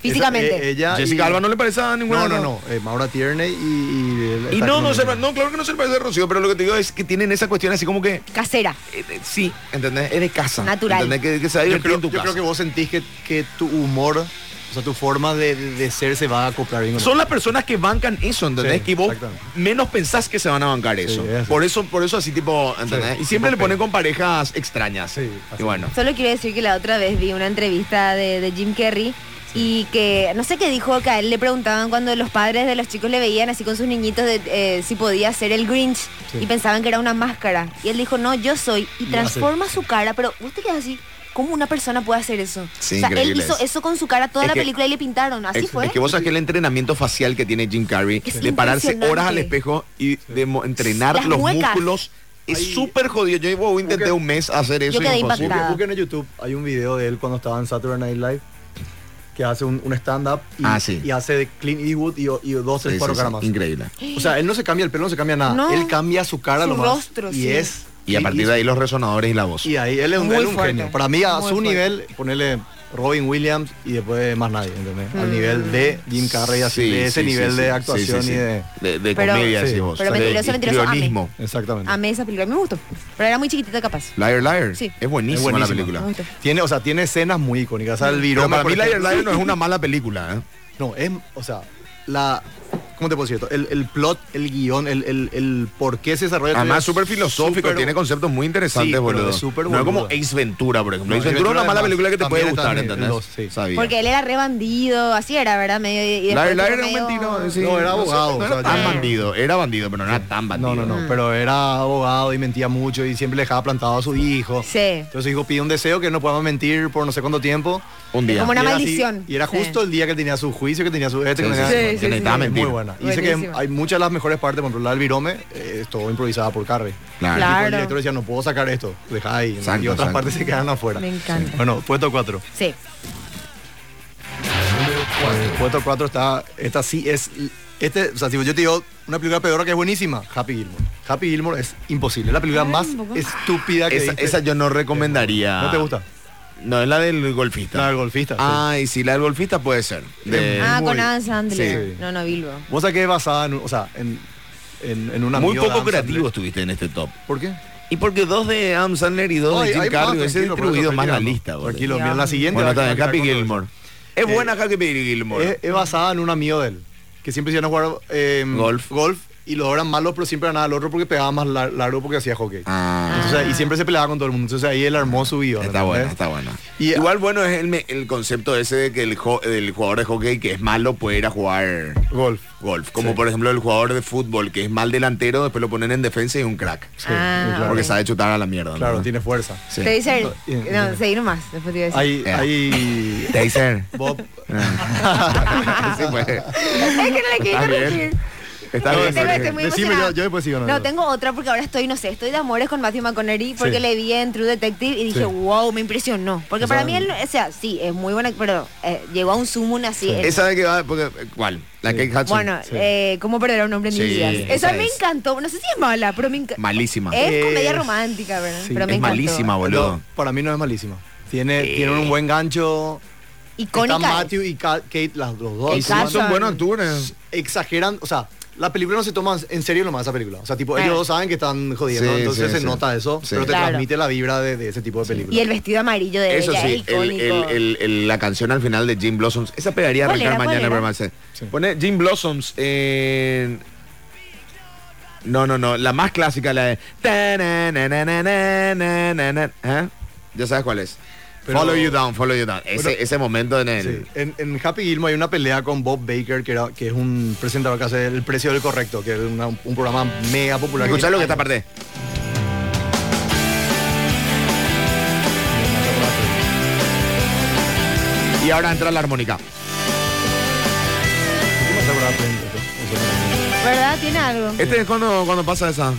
[SPEAKER 4] Físicamente.
[SPEAKER 3] Esa- eh, ella
[SPEAKER 2] Jessica
[SPEAKER 3] y-
[SPEAKER 2] Alba no le parece a ninguna.
[SPEAKER 3] No,
[SPEAKER 2] de
[SPEAKER 3] no,
[SPEAKER 2] las
[SPEAKER 3] no. eh, Maura Tierney y. y el-
[SPEAKER 2] dos. Y
[SPEAKER 3] esta
[SPEAKER 2] no,
[SPEAKER 3] que
[SPEAKER 2] no, se,
[SPEAKER 3] me-
[SPEAKER 2] pa- no, claro que no se le parece a Rocío, pero lo que te digo es que tienen esa cuestión así como que, eh,
[SPEAKER 4] Casera.
[SPEAKER 2] eh, sí, ¿entendés? Es de casa.
[SPEAKER 4] Natural.
[SPEAKER 2] ¿Entendés? Que, que se va a
[SPEAKER 3] Yo,
[SPEAKER 2] divertir
[SPEAKER 3] creo,
[SPEAKER 2] en tu
[SPEAKER 3] yo
[SPEAKER 2] casa.
[SPEAKER 3] creo que vos sentís que, que tu humor, o sea, tu forma de, de- de ser se va a acoplar bien. con-
[SPEAKER 2] Son las personas que bancan eso, ¿entendés?
[SPEAKER 3] Sí,
[SPEAKER 2] que vos
[SPEAKER 3] exactamente.
[SPEAKER 2] menos pensás que se van a bancar eso.
[SPEAKER 3] es así.
[SPEAKER 2] Por eso, por eso así tipo, ¿entendés?
[SPEAKER 3] Sí,
[SPEAKER 2] y siempre
[SPEAKER 3] tipo
[SPEAKER 2] le ponen
[SPEAKER 3] pega.
[SPEAKER 2] con parejas extrañas.
[SPEAKER 3] Sí,
[SPEAKER 2] y
[SPEAKER 3] así.
[SPEAKER 2] bueno.
[SPEAKER 4] Solo quiero decir que la otra vez vi una entrevista de, de Jim Carrey y que no sé qué dijo, que a él le preguntaban cuando los padres de los chicos le veían así con sus niñitos de, eh, si podía ser el Grinch
[SPEAKER 3] Sí.
[SPEAKER 4] y pensaban que era una máscara. Y él dijo, no, yo soy y
[SPEAKER 3] hace-
[SPEAKER 4] transforma su cara, pero vos te quedas así. ¿Cómo una persona puede hacer eso?
[SPEAKER 2] Sí,
[SPEAKER 4] o sea, él
[SPEAKER 2] increíble
[SPEAKER 4] hizo
[SPEAKER 2] es.
[SPEAKER 4] eso con su cara toda
[SPEAKER 2] Es
[SPEAKER 4] la
[SPEAKER 2] que-
[SPEAKER 4] película y le pintaron. Así
[SPEAKER 2] Es,
[SPEAKER 4] fue.
[SPEAKER 2] es que vos sabés que el entrenamiento facial que tiene Jim Carrey,
[SPEAKER 4] Es
[SPEAKER 2] de pararse
[SPEAKER 4] impresionante.
[SPEAKER 2] horas al espejo y de mo- entrenar
[SPEAKER 4] Las
[SPEAKER 2] los
[SPEAKER 4] muecas.
[SPEAKER 2] músculos, es súper jodido. Yo wow, intenté
[SPEAKER 3] Busquen-
[SPEAKER 2] un mes hacer eso. y
[SPEAKER 4] quedé
[SPEAKER 2] imposible.
[SPEAKER 4] impactada.
[SPEAKER 3] Busquen, busquen en YouTube, hay un video de él cuando estaba en Saturday Night Live que hace un, un stand-up y,
[SPEAKER 2] Ah, sí.
[SPEAKER 3] y hace de Clint Eastwood y, y dos,
[SPEAKER 2] Sí,
[SPEAKER 3] tres,
[SPEAKER 2] sí,
[SPEAKER 3] cuatro
[SPEAKER 2] sí,
[SPEAKER 3] caras más.
[SPEAKER 2] Increíble.
[SPEAKER 3] O sea, él no se cambia el pelo, no se cambia nada.
[SPEAKER 4] No.
[SPEAKER 3] Él cambia su cara
[SPEAKER 4] Su
[SPEAKER 3] lo más.
[SPEAKER 4] rostro,
[SPEAKER 3] y
[SPEAKER 4] sí.
[SPEAKER 3] es.
[SPEAKER 2] Y a partir de ahí los resonadores y la voz.
[SPEAKER 3] Y ahí él es un,
[SPEAKER 4] Muy
[SPEAKER 3] él es un
[SPEAKER 4] fuerte.
[SPEAKER 3] genio. Para mí, a
[SPEAKER 4] Muy
[SPEAKER 3] su
[SPEAKER 4] fuerte.
[SPEAKER 3] nivel, ponerle Robin Williams y después más nadie, ¿entendés? Al nivel de Jim Carrey, así,
[SPEAKER 2] Mm. Sí,
[SPEAKER 3] de
[SPEAKER 2] sí,
[SPEAKER 3] ese
[SPEAKER 2] sí,
[SPEAKER 3] nivel
[SPEAKER 2] sí,
[SPEAKER 3] de
[SPEAKER 2] sí,
[SPEAKER 3] actuación
[SPEAKER 2] sí, sí.
[SPEAKER 3] y de.
[SPEAKER 2] De, de
[SPEAKER 4] Pero-
[SPEAKER 2] comedia,
[SPEAKER 3] Sí.
[SPEAKER 2] decís vos.
[SPEAKER 4] Pero
[SPEAKER 2] de
[SPEAKER 4] mentiroso, mentiroso, amé.
[SPEAKER 2] histrionismo.
[SPEAKER 3] Exactamente.
[SPEAKER 4] Amé esa película, me gustó. Pero era muy chiquitita capaz.
[SPEAKER 2] Liar, liar.
[SPEAKER 4] Sí.
[SPEAKER 2] Es buenísima
[SPEAKER 3] Es
[SPEAKER 2] la
[SPEAKER 3] buenísima.
[SPEAKER 2] película.
[SPEAKER 4] Me gustó.
[SPEAKER 3] Tiene, o sea, tiene escenas muy icónicas. O sea, el
[SPEAKER 2] Pero
[SPEAKER 3] virome,
[SPEAKER 2] para
[SPEAKER 3] por
[SPEAKER 2] mí Liar,
[SPEAKER 3] ejemplo-
[SPEAKER 2] liar no es una mala película. ¿eh?
[SPEAKER 3] No, es, o sea, la... ¿Cómo te puedo decir esto? El, el plot, el guión, el, el, el por qué se desarrolla... todo
[SPEAKER 2] Además,
[SPEAKER 3] es
[SPEAKER 2] súper filosófico,
[SPEAKER 3] súper-
[SPEAKER 2] tiene conceptos muy interesantes,
[SPEAKER 3] Sí, pero
[SPEAKER 2] boludo.
[SPEAKER 3] es súper
[SPEAKER 2] no es como
[SPEAKER 3] boluda.
[SPEAKER 2] Ace Ventura, por ejemplo.
[SPEAKER 3] No,
[SPEAKER 2] Ace Ventura es una mala
[SPEAKER 3] además,
[SPEAKER 2] película que te puede
[SPEAKER 3] también
[SPEAKER 2] gustar,
[SPEAKER 3] está en el
[SPEAKER 2] ¿entendés?
[SPEAKER 3] dos, sí.
[SPEAKER 2] Sabía.
[SPEAKER 4] Porque él era re bandido, así era, ¿verdad? Medio, y
[SPEAKER 2] Liar,
[SPEAKER 4] después
[SPEAKER 2] Liar
[SPEAKER 4] era
[SPEAKER 2] era un
[SPEAKER 4] medio-
[SPEAKER 2] mentiroso, sí.
[SPEAKER 3] No, era
[SPEAKER 2] sé,
[SPEAKER 3] abogado,
[SPEAKER 2] No
[SPEAKER 3] o
[SPEAKER 2] era
[SPEAKER 3] sea,
[SPEAKER 2] tan
[SPEAKER 3] ya-
[SPEAKER 2] bandido. Era bandido, pero no era tan bandido.
[SPEAKER 3] No, no, no, pero era abogado y mentía mucho y siempre le dejaba plantado a su hijo.
[SPEAKER 4] Sí.
[SPEAKER 3] Entonces su hijo pide un deseo que no podamos mentir por no sé cuánto tiempo.
[SPEAKER 2] Un día.
[SPEAKER 4] Como una
[SPEAKER 3] Y era así-
[SPEAKER 4] maldición.
[SPEAKER 3] y era
[SPEAKER 4] Sí.
[SPEAKER 3] justo el día que tenía su juicio, que tenía su...
[SPEAKER 2] Sí,
[SPEAKER 3] Este, que
[SPEAKER 2] sí,
[SPEAKER 3] tenía-
[SPEAKER 2] sí,
[SPEAKER 4] Sí, sí,
[SPEAKER 2] que necesitaba
[SPEAKER 4] sí.
[SPEAKER 2] mentir.
[SPEAKER 3] Muy buena. Y dice que
[SPEAKER 4] Buenísima.
[SPEAKER 3] hay muchas de las mejores partes, por ejemplo, la del virome, eh, es todo improvisada por Carrey.
[SPEAKER 2] Claro.
[SPEAKER 4] Claro.
[SPEAKER 3] Tipo, el director decía, no puedo sacar esto, deja ahí.
[SPEAKER 2] Exacto,
[SPEAKER 3] y otras
[SPEAKER 2] exacto.
[SPEAKER 3] partes se quedan afuera.
[SPEAKER 4] Me encanta.
[SPEAKER 3] Bueno, eh, puesto 4.
[SPEAKER 4] Sí.
[SPEAKER 3] Puesto 4 está, esta sí es, este, o sea, si yo te digo una película peor que es buenísima, Happy Gilmore. Happy Gilmore es imposible, la película
[SPEAKER 4] Ay,
[SPEAKER 3] más
[SPEAKER 4] un poco.
[SPEAKER 3] estúpida que
[SPEAKER 2] Esa,
[SPEAKER 3] viste.
[SPEAKER 2] esa yo no recomendaría.
[SPEAKER 3] ¿No te gusta?
[SPEAKER 2] No, es la del golfista.
[SPEAKER 3] La del golfista. sí.
[SPEAKER 2] Ay, sí, la del golfista puede ser. De-
[SPEAKER 4] ah,
[SPEAKER 3] muy-
[SPEAKER 4] con Adam Sandler.
[SPEAKER 3] sí.
[SPEAKER 4] No, no, Bilbo.
[SPEAKER 3] Vos sabés que es basada en, un- o sea, en, en, en un
[SPEAKER 2] muy
[SPEAKER 3] amigo de
[SPEAKER 2] poco
[SPEAKER 3] Adam Sandler.
[SPEAKER 2] creativo estuviste en este top.
[SPEAKER 3] ¿Por qué?
[SPEAKER 2] Y porque dos de Adam Sandler y dos
[SPEAKER 3] Ay,
[SPEAKER 2] de Jim
[SPEAKER 3] hay más,
[SPEAKER 2] Carrey hubiese
[SPEAKER 3] tranquilo, por eso
[SPEAKER 2] distribuido
[SPEAKER 3] estoy
[SPEAKER 2] más la
[SPEAKER 3] llegando.
[SPEAKER 2] lista. boludo.
[SPEAKER 3] Tranquilo, mira, la siguiente.
[SPEAKER 2] Bueno,
[SPEAKER 3] va a
[SPEAKER 2] también
[SPEAKER 3] quedar
[SPEAKER 2] Happy
[SPEAKER 3] con
[SPEAKER 2] Gilmore. Es
[SPEAKER 3] Eh,
[SPEAKER 2] buena Happy Gilmore.
[SPEAKER 3] Es, es basada en un amigo de él, que siempre iban a jugar eh,
[SPEAKER 2] Golf.
[SPEAKER 3] y los eran malos, pero siempre ganaba al otro porque pegaba más lar- largo porque hacía hockey.
[SPEAKER 2] Ah,
[SPEAKER 3] Entonces, y siempre se peleaba con todo el mundo. Entonces ahí él armó su guión.
[SPEAKER 2] está
[SPEAKER 3] ¿entendés?
[SPEAKER 2] buena, está buena.
[SPEAKER 3] Y-
[SPEAKER 2] Igual bueno es el, me- el concepto ese de que el, jo- el jugador de hockey que es malo puede ir a jugar
[SPEAKER 3] Golf.
[SPEAKER 2] golf. Como por ejemplo el jugador de fútbol que es mal delantero, después lo ponen en defensa y es un crack.
[SPEAKER 3] Sí,
[SPEAKER 4] Ah,
[SPEAKER 3] claro.
[SPEAKER 2] Porque sabe chutar a la mierda. ¿no?
[SPEAKER 3] Claro, tiene fuerza.
[SPEAKER 2] Sí.
[SPEAKER 4] Te dice.
[SPEAKER 3] Y- y-
[SPEAKER 4] No, seguir nomás. Después te iba a decir.
[SPEAKER 3] Ahí,
[SPEAKER 2] Eh.
[SPEAKER 3] ahí,
[SPEAKER 2] Taser.
[SPEAKER 3] Bob. Ah,
[SPEAKER 2] Sí, pues.
[SPEAKER 4] Es que no le
[SPEAKER 2] Está
[SPEAKER 4] quiero
[SPEAKER 2] bien.
[SPEAKER 4] decir.
[SPEAKER 2] Está
[SPEAKER 4] No,
[SPEAKER 2] bien.
[SPEAKER 4] tengo
[SPEAKER 2] Jorge.
[SPEAKER 4] este muy
[SPEAKER 3] Decime,
[SPEAKER 4] emocionada.
[SPEAKER 3] yo- yo después sigo, no,
[SPEAKER 4] No,
[SPEAKER 3] no.
[SPEAKER 4] tengo otra porque ahora estoy, no sé, estoy de amores con Matthew McConaughey porque
[SPEAKER 3] Sí.
[SPEAKER 4] le vi en True Detective y dije,
[SPEAKER 3] Sí.
[SPEAKER 4] wow, me impresionó. Porque
[SPEAKER 3] O
[SPEAKER 4] para
[SPEAKER 3] sea,
[SPEAKER 4] mí él, o sea, sí, es muy buena, pero eh, llegó a un sumo así.
[SPEAKER 3] Sí.
[SPEAKER 4] él-
[SPEAKER 2] Esa de que va, porque, ¿cuál? La Kate Hudson.
[SPEAKER 4] bueno,
[SPEAKER 3] sí.
[SPEAKER 4] eh, ¿cómo perder a un hombre en
[SPEAKER 2] Sí,
[SPEAKER 4] mi vida?
[SPEAKER 2] esa
[SPEAKER 4] Esa me
[SPEAKER 2] es.
[SPEAKER 4] encantó. No sé si es mala, pero me encanta.
[SPEAKER 2] Malísima.
[SPEAKER 4] Es comedia
[SPEAKER 3] Es-
[SPEAKER 4] romántica, ¿verdad?
[SPEAKER 3] sí,
[SPEAKER 4] pero me
[SPEAKER 2] es
[SPEAKER 4] encantó.
[SPEAKER 2] malísima, boludo.
[SPEAKER 3] No, para mí no es malísima. Tiene, tiene un buen gancho.
[SPEAKER 4] Icónica.
[SPEAKER 3] Están
[SPEAKER 4] es.
[SPEAKER 3] Matthew y Ka- Kate, las, los dos.
[SPEAKER 2] Y
[SPEAKER 4] Kate Hudson.
[SPEAKER 2] Oh, son- son buenos actores.
[SPEAKER 3] exageran, o sea, la película no se toma en serio nomás esa película. O sea, tipo,
[SPEAKER 4] Ah.
[SPEAKER 3] ellos dos saben que están jodiendo,
[SPEAKER 2] Sí,
[SPEAKER 3] entonces
[SPEAKER 2] sí,
[SPEAKER 3] se
[SPEAKER 2] sí.
[SPEAKER 3] nota eso,
[SPEAKER 2] Sí.
[SPEAKER 3] pero te
[SPEAKER 4] Claro.
[SPEAKER 3] transmite la vibra de, de ese tipo de película.
[SPEAKER 4] Y el vestido amarillo de
[SPEAKER 2] Eso
[SPEAKER 4] ella
[SPEAKER 2] sí,
[SPEAKER 4] es
[SPEAKER 2] el-
[SPEAKER 4] icónico.
[SPEAKER 2] el- el- el- la canción al final de Jim Blossoms. Esa pegaría a
[SPEAKER 4] ¿Cuál
[SPEAKER 2] arrancar
[SPEAKER 4] era?
[SPEAKER 2] mañana,
[SPEAKER 4] ¿Cuál
[SPEAKER 2] pero
[SPEAKER 4] era?
[SPEAKER 2] más. eh.
[SPEAKER 3] Sí.
[SPEAKER 2] Pone Jim Blossoms en. No, no, no. La más clásica, la de. Ta-na-na-na-na-na-na-na-na. ¿Ah? Ya sabes cuál es.
[SPEAKER 3] Pero-
[SPEAKER 2] follow you down, follow you down. Ese,
[SPEAKER 3] Bueno,
[SPEAKER 2] ese momento en el.
[SPEAKER 3] Sí. En, en Happy Gilmore hay una pelea con Bob Baker, que, era, que es un presentador que hace El Precio del Correcto, que es una- un programa mega popular.
[SPEAKER 2] Escuchá lo que está
[SPEAKER 3] Ay,
[SPEAKER 2] aparte. Y ahora entra la armónica.
[SPEAKER 3] ¿cómo está por la frente esto? O sea,
[SPEAKER 4] ¿Verdad? Tiene algo.
[SPEAKER 2] Este es cuando, cuando pasa esa.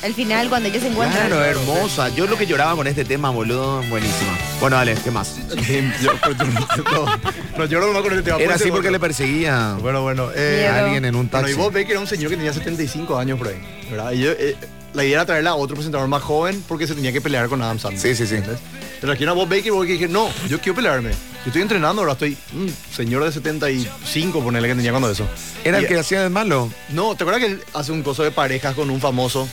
[SPEAKER 4] El final, cuando ellos se encuentran.
[SPEAKER 2] Claro, hermosa. Yo lo que lloraba con este tema, boludo, buenísimo. Bueno, dale, ¿qué más?
[SPEAKER 3] Yo- no, no, yo no con el tema.
[SPEAKER 2] Era
[SPEAKER 3] Puede
[SPEAKER 2] así
[SPEAKER 3] ser,
[SPEAKER 2] porque
[SPEAKER 3] bueno.
[SPEAKER 2] le perseguía
[SPEAKER 3] Bueno, bueno. eh,
[SPEAKER 4] Miedo.
[SPEAKER 2] a alguien en un
[SPEAKER 3] bueno,
[SPEAKER 2] taxi.
[SPEAKER 3] y vos ves que era un señor que tenía 75 años por ahí, ¿verdad? Y yo, eh, la idea era traerla a otro presentador más joven porque se tenía que pelear con Adam Sandler.
[SPEAKER 2] Sí, sí, sí.
[SPEAKER 3] ¿entendés? Pero aquí era Bob Baker porque dije, no, yo quiero pelearme. Yo estoy entrenando, ahora estoy un señor de 75, ponele que tenía cuando eso.
[SPEAKER 2] ¿Era el
[SPEAKER 3] Y-
[SPEAKER 2] que hacía de malo?
[SPEAKER 3] No, ¿te acuerdas que él hace un coso de parejas con un famoso?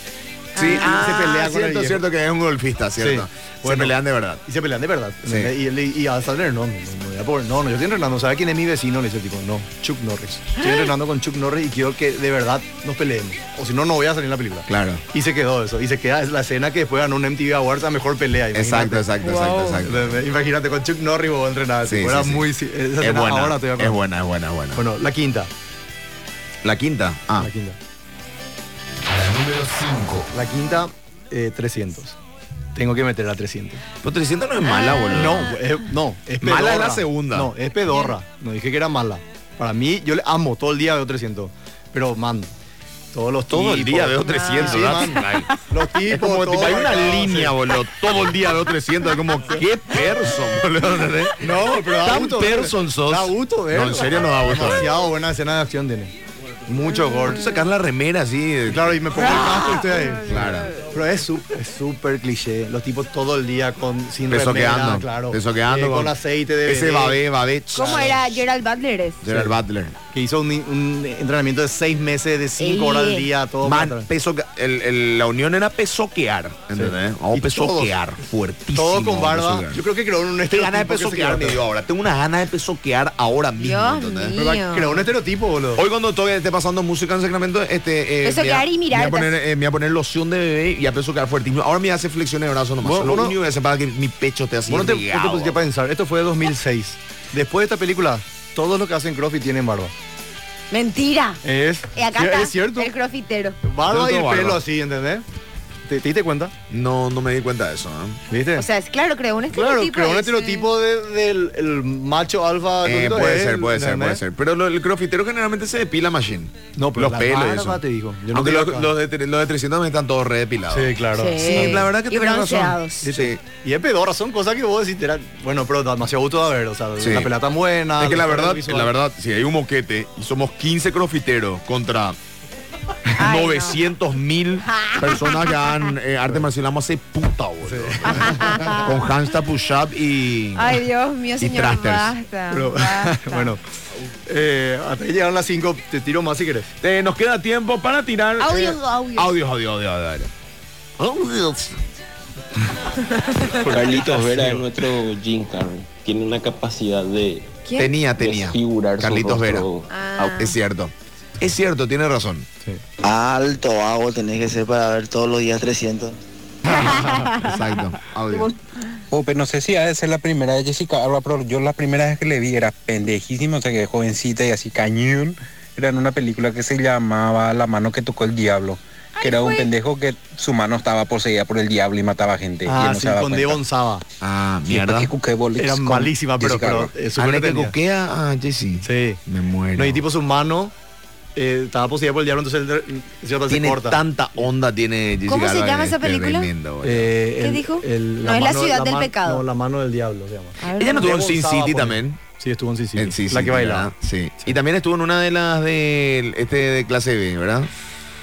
[SPEAKER 2] Sí,
[SPEAKER 3] Ah,
[SPEAKER 2] se pelea
[SPEAKER 3] ah,
[SPEAKER 2] con
[SPEAKER 3] cierto,
[SPEAKER 2] el
[SPEAKER 3] cierto
[SPEAKER 2] cierto que es un golfista,
[SPEAKER 3] ¿cierto?
[SPEAKER 2] ¿cierto?
[SPEAKER 3] Bueno.
[SPEAKER 2] se pelean de verdad.
[SPEAKER 3] Y se pelean de verdad.
[SPEAKER 2] Sí.
[SPEAKER 3] ¿entendés? Y, él- y, y Adam Sandler, no, no, no, no, ya, pobre, no, no, yo estoy entrenando. ¿Sabes quién es mi vecino? Le dice el tipo, no, Chuck Norris. Estoy entrenando con Chuck Norris y quiero que de verdad nos peleemos. O si no, no voy a salir en la película.
[SPEAKER 2] Claro.
[SPEAKER 3] Y se quedó eso. Y se queda es la escena que después ganó un MTV Awards a mejor pelea.
[SPEAKER 2] Exacto,
[SPEAKER 3] imagínate.
[SPEAKER 2] exacto,
[SPEAKER 4] Wow.
[SPEAKER 2] exacto, exacto.
[SPEAKER 3] ¿Entendés? Imagínate, con Chuck Norris vos entrenabas.
[SPEAKER 2] Sí,
[SPEAKER 3] era
[SPEAKER 2] sí, sí.
[SPEAKER 3] muy. esa
[SPEAKER 2] Es
[SPEAKER 3] escena
[SPEAKER 2] buena,
[SPEAKER 3] ahora te voy a
[SPEAKER 2] es buena, es buena, es buena.
[SPEAKER 3] Bueno, la quinta.
[SPEAKER 2] La quinta. Ah,
[SPEAKER 3] La quinta.
[SPEAKER 5] La número 5.
[SPEAKER 3] La quinta, eh, 300. Tengo que meter a 300.
[SPEAKER 2] pero 300 no es mala,
[SPEAKER 4] Ah.
[SPEAKER 2] boludo.
[SPEAKER 3] No, es- no, es pedorra.
[SPEAKER 2] Ah, Mala es la segunda.
[SPEAKER 3] No, es pedorra. No dije que era mala. Para mí, yo le amo todo el día veo 300. Pero, man, todos los
[SPEAKER 2] Todo el
[SPEAKER 3] tipos-
[SPEAKER 2] día veo 300.
[SPEAKER 3] Sí,
[SPEAKER 2] ¿verdad?
[SPEAKER 3] man. Los tipos,
[SPEAKER 2] Es como, tipo,
[SPEAKER 3] todo
[SPEAKER 2] hay una
[SPEAKER 3] marcado,
[SPEAKER 2] línea, boludo. Todo el día veo 300. Es como, qué person, boludo. ¿entendés?
[SPEAKER 3] sí. No, pero da
[SPEAKER 2] Tan
[SPEAKER 3] gusto
[SPEAKER 2] person
[SPEAKER 3] ver.
[SPEAKER 2] sos.
[SPEAKER 3] Da gusto ver.
[SPEAKER 2] No, en serio no da gusto ver.
[SPEAKER 3] Demasiado buena escena de acción tiene. Mucho gol.
[SPEAKER 2] Tú sacas la remera así. de-
[SPEAKER 3] Claro, y me pongo el casco y estoy ahí.
[SPEAKER 2] Claro.
[SPEAKER 3] Pero es su- es súper cliché. Los tipos todo el día con sin remera,
[SPEAKER 2] Pesoqueando.
[SPEAKER 3] claro.
[SPEAKER 2] Pesoqueando.
[SPEAKER 3] Eh, con, aceite de
[SPEAKER 2] Ese
[SPEAKER 3] bebé.
[SPEAKER 2] babé, babé.
[SPEAKER 4] ¿Cómo era Gerald Butler? es?
[SPEAKER 2] Gerard Butler.
[SPEAKER 3] que hizo un, un entrenamiento de seis meses, de cinco
[SPEAKER 4] Sí.
[SPEAKER 3] horas al día, todo. para
[SPEAKER 2] Man,
[SPEAKER 3] atrás.
[SPEAKER 2] peso, el- el- la unión era pesoquear. ¿Entendés? Vamos
[SPEAKER 3] Y
[SPEAKER 2] a pesoquear. Fuertísimo.
[SPEAKER 3] todo con barba.
[SPEAKER 2] pesoquear.
[SPEAKER 3] Yo creo que creó un
[SPEAKER 2] Qué ganas de
[SPEAKER 3] estereotipo. que se
[SPEAKER 2] pesoquear me
[SPEAKER 3] creó.
[SPEAKER 2] dio ahora. Tengo una ganas de pesoquear ahora mismo.
[SPEAKER 4] Dios
[SPEAKER 2] ¿entendés?
[SPEAKER 4] mío.
[SPEAKER 3] Pero va- Creó un estereotipo, boludo.
[SPEAKER 2] Hoy cuando todavía esté pasando música en Sacramento, este, eh,
[SPEAKER 4] Eso
[SPEAKER 2] me voy a-
[SPEAKER 4] quedar y mirar,
[SPEAKER 2] Me voy a poner,
[SPEAKER 4] estás-
[SPEAKER 2] eh, me voy a poner loción de bebé y a peso quedar fuertísimo. Ahora me hace flexiones de brazos nomás.
[SPEAKER 3] Vos-
[SPEAKER 2] Lo
[SPEAKER 3] vos no-
[SPEAKER 2] único que hace para que mi pecho esté así.
[SPEAKER 3] Vos no te, no te
[SPEAKER 2] pegado.
[SPEAKER 3] pusiste a pensar. Esto fue de 2006. Después de esta película, todos los que hacen CrossFit tienen barba. Eh,
[SPEAKER 4] Mentira.
[SPEAKER 3] Es,
[SPEAKER 4] Y acá está
[SPEAKER 3] es cierto.
[SPEAKER 4] el crofitero.
[SPEAKER 3] Barba y
[SPEAKER 2] Yo
[SPEAKER 3] el
[SPEAKER 2] tengo
[SPEAKER 3] pelo
[SPEAKER 2] barba.
[SPEAKER 3] así, ¿entendés? ¿Te, te diste cuenta?
[SPEAKER 2] No, no me di cuenta de eso. ¿eh?
[SPEAKER 3] ¿Viste?
[SPEAKER 4] O sea, es claro, creó un
[SPEAKER 3] claro,
[SPEAKER 4] estereotipo.
[SPEAKER 3] creó un
[SPEAKER 4] ese.
[SPEAKER 3] estereotipo de- del el macho alfa.
[SPEAKER 2] Eh,
[SPEAKER 3] cosito,
[SPEAKER 2] puede
[SPEAKER 3] él,
[SPEAKER 2] ser, puede ser,
[SPEAKER 3] ¿entendés?
[SPEAKER 2] puede ser. Pero lo- el crofitero generalmente se depila machine.
[SPEAKER 3] No, pero
[SPEAKER 2] los
[SPEAKER 3] la
[SPEAKER 2] pelos.
[SPEAKER 3] barba
[SPEAKER 2] eso.
[SPEAKER 3] te digo. Yo no
[SPEAKER 2] Aunque
[SPEAKER 3] te digo
[SPEAKER 2] los,
[SPEAKER 3] acá.
[SPEAKER 2] los de, tre- los de 300 me están todos redepilados.
[SPEAKER 3] Sí, claro.
[SPEAKER 4] Sí.
[SPEAKER 2] Sí, la verdad que
[SPEAKER 4] Y
[SPEAKER 2] tenés razón.
[SPEAKER 4] bronceados.
[SPEAKER 2] Sí, sí.
[SPEAKER 3] Y es pedorra, son cosas que vos decís, era- bueno, pero demasiado gusto de ver, o sea,
[SPEAKER 2] Sí.
[SPEAKER 3] la pelea tan buena.
[SPEAKER 2] Es que la
[SPEAKER 3] los
[SPEAKER 2] verdad,
[SPEAKER 3] colores
[SPEAKER 2] la
[SPEAKER 3] visuales.
[SPEAKER 2] verdad, si hay un moquete y somos 15 crofiteros contra
[SPEAKER 4] Ay, no.
[SPEAKER 2] 900 mil personas que hagan eh, arte marcial, vamos a hacer puta, boludo. Con handstand push-up y...
[SPEAKER 4] Ah. Ay, Dios mío,
[SPEAKER 2] Y
[SPEAKER 4] señor,
[SPEAKER 2] trasters.
[SPEAKER 4] basta.
[SPEAKER 3] Pero,
[SPEAKER 4] basta.
[SPEAKER 3] bueno, eh, hasta ahí llegaron las 5, te tiro más si querés.
[SPEAKER 2] Eh, nos queda tiempo para tirar...
[SPEAKER 4] Audio,
[SPEAKER 2] eh,
[SPEAKER 4] audio.
[SPEAKER 2] Audios, audio, audio, audio. Audios.
[SPEAKER 6] Carlitos Vera es nuestro Jim Carrey. Tiene una capacidad de
[SPEAKER 4] ¿Quién?
[SPEAKER 2] Tenía, tenía.
[SPEAKER 6] desfigurar
[SPEAKER 2] Carlitos
[SPEAKER 6] su
[SPEAKER 2] Vera.
[SPEAKER 6] rostro.
[SPEAKER 4] Ah.
[SPEAKER 2] Es cierto. Es cierto, tiene razón.
[SPEAKER 7] Alto vago tenés que ser para ver todos los días 300.
[SPEAKER 4] Ah.
[SPEAKER 2] Exacto. Audio.
[SPEAKER 8] Uy, Oh, pero no sé si ha de ser la primera de Jessica Alba, pero yo la primera vez que le vi era pendejísima, o sea que jovencita y así cañón. Era en una película que se llamaba La mano que tocó el diablo, que era un pendejo que su mano estaba poseída por el diablo y mataba gente. y él
[SPEAKER 3] Ah,
[SPEAKER 8] no
[SPEAKER 3] sí,
[SPEAKER 8] se daba
[SPEAKER 3] con
[SPEAKER 8] cuenta.
[SPEAKER 3] Devon Saba.
[SPEAKER 2] Ah,
[SPEAKER 8] Y
[SPEAKER 2] mierda.
[SPEAKER 8] después que cuqué bolis
[SPEAKER 3] Era
[SPEAKER 8] con
[SPEAKER 3] malísima, pero,
[SPEAKER 8] Jessica
[SPEAKER 3] pero
[SPEAKER 8] Alba.
[SPEAKER 3] eh, súper
[SPEAKER 2] Ale que
[SPEAKER 3] entretenida.
[SPEAKER 2] coquea a Jesse.
[SPEAKER 3] Sí.
[SPEAKER 2] Me muero.
[SPEAKER 3] No, y tipo su mano eh, estaba poseída por el diablo, entonces él, eh, el señor se
[SPEAKER 2] tiene
[SPEAKER 3] corta.
[SPEAKER 2] tanta onda tiene Jessica
[SPEAKER 4] ¿Cómo se
[SPEAKER 2] Alba,
[SPEAKER 4] llama
[SPEAKER 2] es
[SPEAKER 4] esa película?
[SPEAKER 2] tremendo, boludo.
[SPEAKER 3] Eh,
[SPEAKER 4] ¿Qué
[SPEAKER 3] el-
[SPEAKER 4] dijo?
[SPEAKER 3] el-
[SPEAKER 4] No, es la
[SPEAKER 3] mano-
[SPEAKER 4] ciudad del
[SPEAKER 3] man-
[SPEAKER 4] pecado.
[SPEAKER 3] No, la mano del diablo se llama.
[SPEAKER 4] A ver,
[SPEAKER 2] Ella no estuvo
[SPEAKER 4] vamos.
[SPEAKER 2] en Sin
[SPEAKER 3] Devon
[SPEAKER 2] City
[SPEAKER 3] Saba,
[SPEAKER 2] también.
[SPEAKER 3] Sí, estuvo en Sin City.
[SPEAKER 2] En Sin
[SPEAKER 3] la
[SPEAKER 2] City,
[SPEAKER 3] que bailaba.
[SPEAKER 2] ¿verdad? Sí. Y también estuvo en una de las de este de clase B, ¿verdad?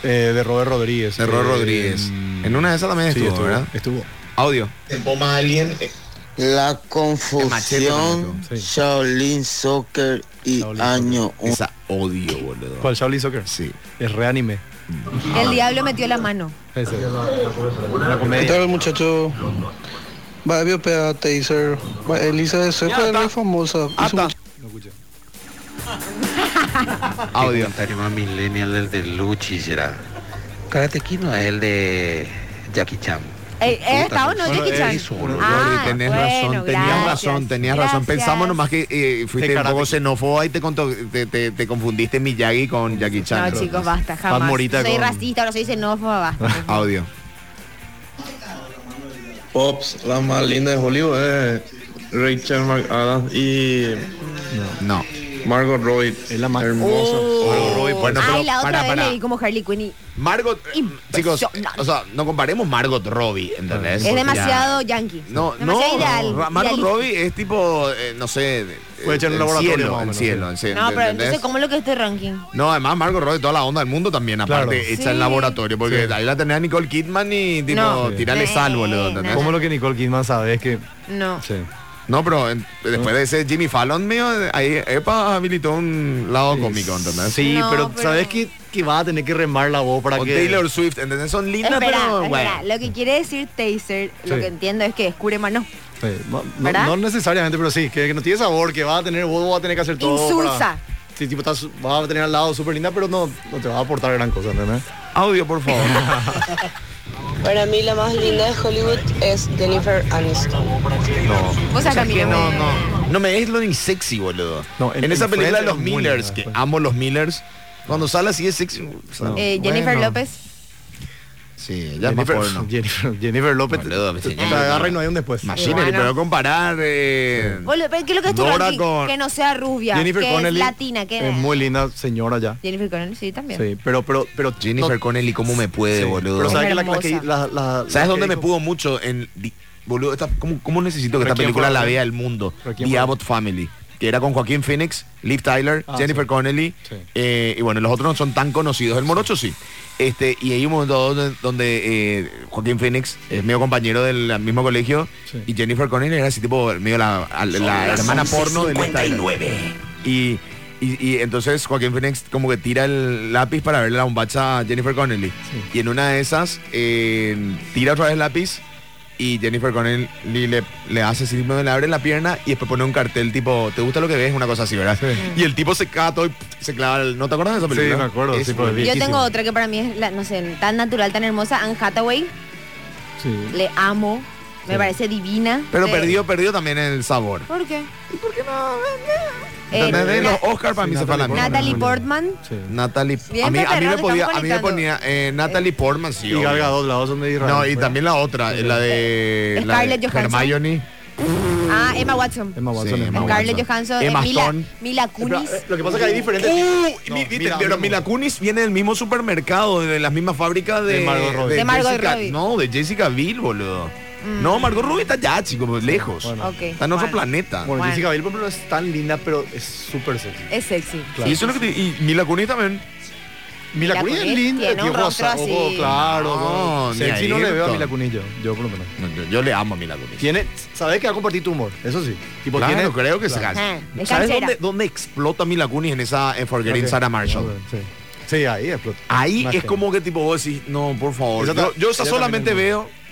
[SPEAKER 3] Eh, de Robert Rodríguez.
[SPEAKER 2] De Rod
[SPEAKER 3] Eh,
[SPEAKER 2] Rodríguez. En una de esas también
[SPEAKER 3] sí,
[SPEAKER 2] estuvo, ¿verdad?
[SPEAKER 3] Estuvo. Eh.
[SPEAKER 2] Audio.
[SPEAKER 7] La
[SPEAKER 2] machete también
[SPEAKER 7] confusión,
[SPEAKER 3] tú, sí.
[SPEAKER 7] Shaolin Soccer y
[SPEAKER 3] Shaolin
[SPEAKER 7] año uno.
[SPEAKER 2] Esa odio, boludo.
[SPEAKER 3] ¿Cuál? Shaolin Soccer.
[SPEAKER 2] Sí.
[SPEAKER 3] Es reanime.
[SPEAKER 4] El diablo metió la mano.
[SPEAKER 3] Ese. Una
[SPEAKER 9] ¿Qué
[SPEAKER 3] comedia.
[SPEAKER 9] tal muchacho? Babio Pea Taser. Va, Elisa de Sueca es muy famosa.
[SPEAKER 3] Ah,
[SPEAKER 9] Hizo
[SPEAKER 2] Ata.
[SPEAKER 3] No escuché.
[SPEAKER 2] Audio.
[SPEAKER 10] más millennial el de Luchi será. Karate Kid no es el de Jackie Chan.
[SPEAKER 4] Eh, eh, ¿Está o no,
[SPEAKER 3] Bueno,
[SPEAKER 4] Jackie Chan?
[SPEAKER 3] es
[SPEAKER 10] eso, boludo.
[SPEAKER 4] Ah,
[SPEAKER 2] Gordi, tenés
[SPEAKER 4] bueno,
[SPEAKER 2] razón, tenías
[SPEAKER 4] gracias,
[SPEAKER 2] razón, tenías razón.
[SPEAKER 4] gracias.
[SPEAKER 2] Pensamos nomás que eh, fuiste
[SPEAKER 3] Te
[SPEAKER 2] un poco
[SPEAKER 3] karate.
[SPEAKER 2] xenófoba y te, conto- te, te- te confundiste Miyagi con Jackie
[SPEAKER 4] No,
[SPEAKER 2] Chan. creo.
[SPEAKER 4] chicos, basta, jamás.
[SPEAKER 3] Morita
[SPEAKER 4] soy
[SPEAKER 3] con-
[SPEAKER 4] racista, ahora soy xenófoba, basta.
[SPEAKER 2] Audio.
[SPEAKER 11] Pops, la más linda de Hollywood es Rachel McAdams y
[SPEAKER 2] No.
[SPEAKER 10] Margot Roy. Es la más hermosa.
[SPEAKER 2] Margot Roy, bueno, pues, pero
[SPEAKER 4] Uh. Ay, la otra
[SPEAKER 2] para,
[SPEAKER 4] vez
[SPEAKER 2] para.
[SPEAKER 4] le vi como Harley Quinn y
[SPEAKER 2] Margot, chicos, eh, o sea, no comparemos Margot Robbie, ¿entendés?
[SPEAKER 4] es
[SPEAKER 2] Ya.
[SPEAKER 4] demasiado yankee.
[SPEAKER 2] No, no,
[SPEAKER 4] demasiado ideal.
[SPEAKER 2] no, Margot
[SPEAKER 4] idealista.
[SPEAKER 2] Robbie es tipo, eh, no sé, de-
[SPEAKER 3] Puede echar en un
[SPEAKER 2] el
[SPEAKER 3] laboratorio,
[SPEAKER 2] cielo,
[SPEAKER 3] más o
[SPEAKER 2] el
[SPEAKER 3] menos,
[SPEAKER 2] cielo,
[SPEAKER 3] sí.
[SPEAKER 2] el cielo,
[SPEAKER 4] No, pero
[SPEAKER 2] ¿entendés?
[SPEAKER 4] entonces, ¿cómo es lo que es este ranking?
[SPEAKER 2] No, además Margot Robbie, toda la onda del mundo también, aparte,
[SPEAKER 3] Claro.
[SPEAKER 2] hecha
[SPEAKER 4] Sí.
[SPEAKER 2] en laboratorio, porque ahí la tenés a Nicole Kidman y tipo,
[SPEAKER 4] No.
[SPEAKER 2] tirarle
[SPEAKER 4] Sí.
[SPEAKER 2] sal, boludo, ¿entendés?
[SPEAKER 4] Nah.
[SPEAKER 3] Como lo que Nicole Kidman sabe es que...
[SPEAKER 4] No.
[SPEAKER 3] Sí.
[SPEAKER 2] No, pero en- después de ese Jimmy Fallon mío, ahí Epa habilitó un lado cómico, ¿entendés?
[SPEAKER 3] Sí,
[SPEAKER 4] No,
[SPEAKER 3] pero,
[SPEAKER 4] pero-
[SPEAKER 3] ¿sabes que, que va a tener que remar la voz para
[SPEAKER 2] O
[SPEAKER 3] que...
[SPEAKER 2] Taylor Swift, ¿entendés? Son lindas,
[SPEAKER 4] Espera,
[SPEAKER 2] pero
[SPEAKER 4] espera,
[SPEAKER 2] bueno.
[SPEAKER 4] lo que quiere decir taser, lo
[SPEAKER 3] Sí.
[SPEAKER 4] que entiendo es que es cure mano.
[SPEAKER 3] Sí, no, no-
[SPEAKER 4] ¿Verdad?
[SPEAKER 3] no necesariamente, pero sí, que, que no tiene sabor, que va a tener, vos vas a tener que hacer todo.
[SPEAKER 4] Insulsa.
[SPEAKER 3] para- sí, tipo, estás, va a tener al lado súper linda, pero no, no te va a aportar gran cosa, ¿entendés?
[SPEAKER 2] Audio, por favor.
[SPEAKER 11] Para mí la más linda de Hollywood es Jennifer Aniston.
[SPEAKER 4] Vos sabés que a mí
[SPEAKER 2] que
[SPEAKER 4] no
[SPEAKER 2] no,
[SPEAKER 4] me-
[SPEAKER 2] no, no me es lo ni sexy, boludo.
[SPEAKER 3] No,
[SPEAKER 2] en,
[SPEAKER 3] en-
[SPEAKER 2] esa
[SPEAKER 3] en
[SPEAKER 2] película de
[SPEAKER 3] Friends
[SPEAKER 2] los
[SPEAKER 3] es muy
[SPEAKER 2] Millers,
[SPEAKER 3] linda,
[SPEAKER 2] que
[SPEAKER 3] pues.
[SPEAKER 2] amo los Millers, cuando sale así es sexy. o sea,
[SPEAKER 4] Eh, Jennifer
[SPEAKER 3] Bueno.
[SPEAKER 4] López.
[SPEAKER 2] Sí, ya es más
[SPEAKER 3] Jennifer,
[SPEAKER 2] porno.
[SPEAKER 3] Jennifer, Jennifer López
[SPEAKER 2] Boludo,
[SPEAKER 3] te, te
[SPEAKER 2] señor.
[SPEAKER 3] agarra y no hay un después.
[SPEAKER 2] Imagínate,
[SPEAKER 4] Bueno.
[SPEAKER 2] pero comparar... eh,
[SPEAKER 4] Boludo, pero ¿qué es lo que es tu
[SPEAKER 2] Dora
[SPEAKER 4] ranking?
[SPEAKER 2] con-
[SPEAKER 4] Que no sea rubia,
[SPEAKER 3] Jennifer
[SPEAKER 4] que
[SPEAKER 3] Connelly
[SPEAKER 4] es latina, que
[SPEAKER 3] es muy linda señora ya.
[SPEAKER 4] Jennifer Connelly, sí, también.
[SPEAKER 3] Sí, pero, pero, pero
[SPEAKER 2] Jennifer
[SPEAKER 3] no-
[SPEAKER 2] Connelly, ¿cómo me puede,
[SPEAKER 3] sí,
[SPEAKER 2] boludo?
[SPEAKER 3] Pero sabes
[SPEAKER 4] Es
[SPEAKER 3] que la, la que-
[SPEAKER 4] hermosa.
[SPEAKER 3] la- la-
[SPEAKER 2] ¿Sabes
[SPEAKER 3] la
[SPEAKER 2] dónde
[SPEAKER 3] que
[SPEAKER 2] me
[SPEAKER 3] dijo-
[SPEAKER 2] pudo mucho? En, di- boludo, esta- ¿cómo, cómo necesito que esta
[SPEAKER 3] ¿Pero quién
[SPEAKER 2] película
[SPEAKER 3] fue?
[SPEAKER 2] la vea el mundo?
[SPEAKER 3] ¿Pero quién
[SPEAKER 2] The
[SPEAKER 3] fue?
[SPEAKER 2] Abbott Family, que era con Joaquín Phoenix, Liv Tyler,
[SPEAKER 3] Ah,
[SPEAKER 2] Jennifer
[SPEAKER 3] sí.
[SPEAKER 2] Connelly,
[SPEAKER 3] Sí.
[SPEAKER 2] eh, y bueno, los otros no son tan conocidos. El Morocho sí. Este, y hay un momento donde, donde, eh, Joaquín Phoenix es medio compañero del mismo colegio
[SPEAKER 3] Sí.
[SPEAKER 2] y Jennifer Connelly era así tipo medio la, al- la hermana porno de Liv Tyler. Y, y, y entonces Joaquín Phoenix como que tira el lápiz para verle la bombacha a Jennifer Connelly. Y en una de esas eh, tira otra vez el lápiz y Jennifer Connelly le, le hace así, tipo, le abre la pierna y después pone un cartel tipo, ¿te gusta lo que ves? Una cosa así, ¿verdad? Y el tipo se caga todo y se clava el... ¿No te acuerdas de esa
[SPEAKER 3] Sí,
[SPEAKER 2] película?
[SPEAKER 3] me acuerdo,
[SPEAKER 2] Es
[SPEAKER 3] sí, por el
[SPEAKER 4] Yo
[SPEAKER 3] Viejísimo.
[SPEAKER 4] tengo otra que para mí es, la- no sé, tan natural, tan hermosa, Anne Hathaway.
[SPEAKER 3] Sí.
[SPEAKER 4] Le amo, me parece divina.
[SPEAKER 2] Pero
[SPEAKER 4] Sí.
[SPEAKER 2] perdió, perdió también el sabor.
[SPEAKER 4] ¿Por qué?
[SPEAKER 2] ¿Entendés?
[SPEAKER 4] Eh,
[SPEAKER 2] De los
[SPEAKER 4] Na-
[SPEAKER 2] Oscar para
[SPEAKER 3] Sí,
[SPEAKER 2] mí se fue a la mierda.
[SPEAKER 4] Natalie Portman.
[SPEAKER 3] Sí.
[SPEAKER 2] Natalie...
[SPEAKER 4] Bien,
[SPEAKER 2] a, mí, a, mí me
[SPEAKER 4] Pepe,
[SPEAKER 2] podía,
[SPEAKER 4] estamos
[SPEAKER 2] a mí me
[SPEAKER 4] conectando.
[SPEAKER 2] ponía eh, Natalie Portman, sí.
[SPEAKER 3] Y
[SPEAKER 2] obvio.
[SPEAKER 3] Gal Gadot, la voz donde
[SPEAKER 2] No,
[SPEAKER 3] dijo
[SPEAKER 2] y
[SPEAKER 3] Rafael.
[SPEAKER 2] también la otra, eh, la de, la de
[SPEAKER 4] Scarlett Johansson.
[SPEAKER 2] Hermione.
[SPEAKER 4] Ah, Emma Watson.
[SPEAKER 3] Emma Watson.
[SPEAKER 2] Sí,
[SPEAKER 3] es
[SPEAKER 2] Emma
[SPEAKER 3] más
[SPEAKER 4] Scarlett
[SPEAKER 2] Watson.
[SPEAKER 4] Johansson.
[SPEAKER 2] Emma
[SPEAKER 4] eh, Mila,
[SPEAKER 2] Stone.
[SPEAKER 4] Mila
[SPEAKER 3] Pero,
[SPEAKER 4] Kunis.
[SPEAKER 3] eh, Lo que pasa es que hay diferentes.
[SPEAKER 2] Uh,
[SPEAKER 3] No,
[SPEAKER 2] mi- viste,
[SPEAKER 3] mira,
[SPEAKER 2] pero
[SPEAKER 3] mismo.
[SPEAKER 2] Mila Kunis viene del mismo supermercado, de las mismas fábricas de,
[SPEAKER 3] De Margot Robbie.
[SPEAKER 4] De Margot
[SPEAKER 2] Jessica-
[SPEAKER 4] Robbie. Mm.
[SPEAKER 2] No, de Jessica Biel, boludo. No, Margot Robbie está ya, chico, pues, lejos.
[SPEAKER 3] Bueno.
[SPEAKER 4] Ok,
[SPEAKER 2] Está en otro
[SPEAKER 4] bueno.
[SPEAKER 2] planeta.
[SPEAKER 3] Bueno,
[SPEAKER 4] Bueno.
[SPEAKER 3] Jessica Biel, por ejemplo, es tan linda, pero es súper sexy.
[SPEAKER 4] Es sexy.
[SPEAKER 3] Claro.
[SPEAKER 2] Y eso es lo que te- y Mila Kunis también.
[SPEAKER 3] Mila
[SPEAKER 4] Mila
[SPEAKER 3] Kunis es
[SPEAKER 4] Kunis
[SPEAKER 3] linda,
[SPEAKER 4] tiene
[SPEAKER 3] tío
[SPEAKER 4] un rostro
[SPEAKER 3] rosa,
[SPEAKER 4] así.
[SPEAKER 3] ojo, claro.
[SPEAKER 2] No,
[SPEAKER 3] No,
[SPEAKER 2] ni
[SPEAKER 3] sexy
[SPEAKER 2] ahí,
[SPEAKER 3] no le veo a
[SPEAKER 2] doctor.
[SPEAKER 3] Mila Kunis yo, yo por lo menos.
[SPEAKER 2] No, yo, yo le amo a Mila Kunis.
[SPEAKER 3] Tiene, sabes que va a compartir tu humor, eso sí. Tipo,
[SPEAKER 2] Claro,
[SPEAKER 3] tiene,
[SPEAKER 2] creo que
[SPEAKER 3] claro.
[SPEAKER 2] se
[SPEAKER 4] Ajá,
[SPEAKER 2] gana.
[SPEAKER 4] es
[SPEAKER 2] ¿Sabes
[SPEAKER 4] Ah, canchera.
[SPEAKER 2] dónde, dónde explota Mila Kunis en esa en Forgetting
[SPEAKER 3] Ok.
[SPEAKER 2] Sarah Marshall?
[SPEAKER 3] Sí. Sí, ahí explota.
[SPEAKER 2] Ahí
[SPEAKER 3] Más
[SPEAKER 2] es
[SPEAKER 3] que-
[SPEAKER 2] como que tipo vos decís, no, por favor.
[SPEAKER 3] Esa
[SPEAKER 2] Yo,
[SPEAKER 3] ta-
[SPEAKER 2] yo esa
[SPEAKER 3] ella
[SPEAKER 2] solamente
[SPEAKER 3] también es
[SPEAKER 2] veo.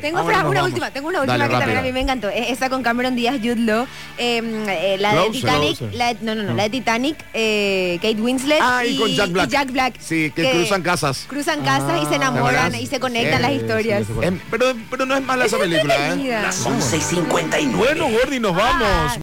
[SPEAKER 4] Tengo
[SPEAKER 2] Ah,
[SPEAKER 4] Fran,
[SPEAKER 2] bueno,
[SPEAKER 4] una
[SPEAKER 2] vamos.
[SPEAKER 4] última, tengo una última
[SPEAKER 2] Dale,
[SPEAKER 4] que también
[SPEAKER 2] rápido.
[SPEAKER 4] a mí me encantó. Eh, Esa con Cameron Díaz, Jude Law, eh, eh, la de
[SPEAKER 2] Close,
[SPEAKER 4] Titanic,
[SPEAKER 3] close.
[SPEAKER 4] la de- no, no, no, la de Titanic, eh, Kate Winslet
[SPEAKER 2] Ah, y con Jack Black.
[SPEAKER 4] y Jack Black.
[SPEAKER 2] Sí, que cruzan casas.
[SPEAKER 4] Cruzan casas y se enamoran
[SPEAKER 2] ¿verdad?
[SPEAKER 4] y se conectan
[SPEAKER 2] Sí,
[SPEAKER 4] las
[SPEAKER 3] sí,
[SPEAKER 4] historias.
[SPEAKER 3] sí,
[SPEAKER 2] Em, pero, pero no es mala esa película, ¿eh?
[SPEAKER 4] Mira.
[SPEAKER 1] Son 6.59.
[SPEAKER 2] Bueno, Gordy, nos vamos.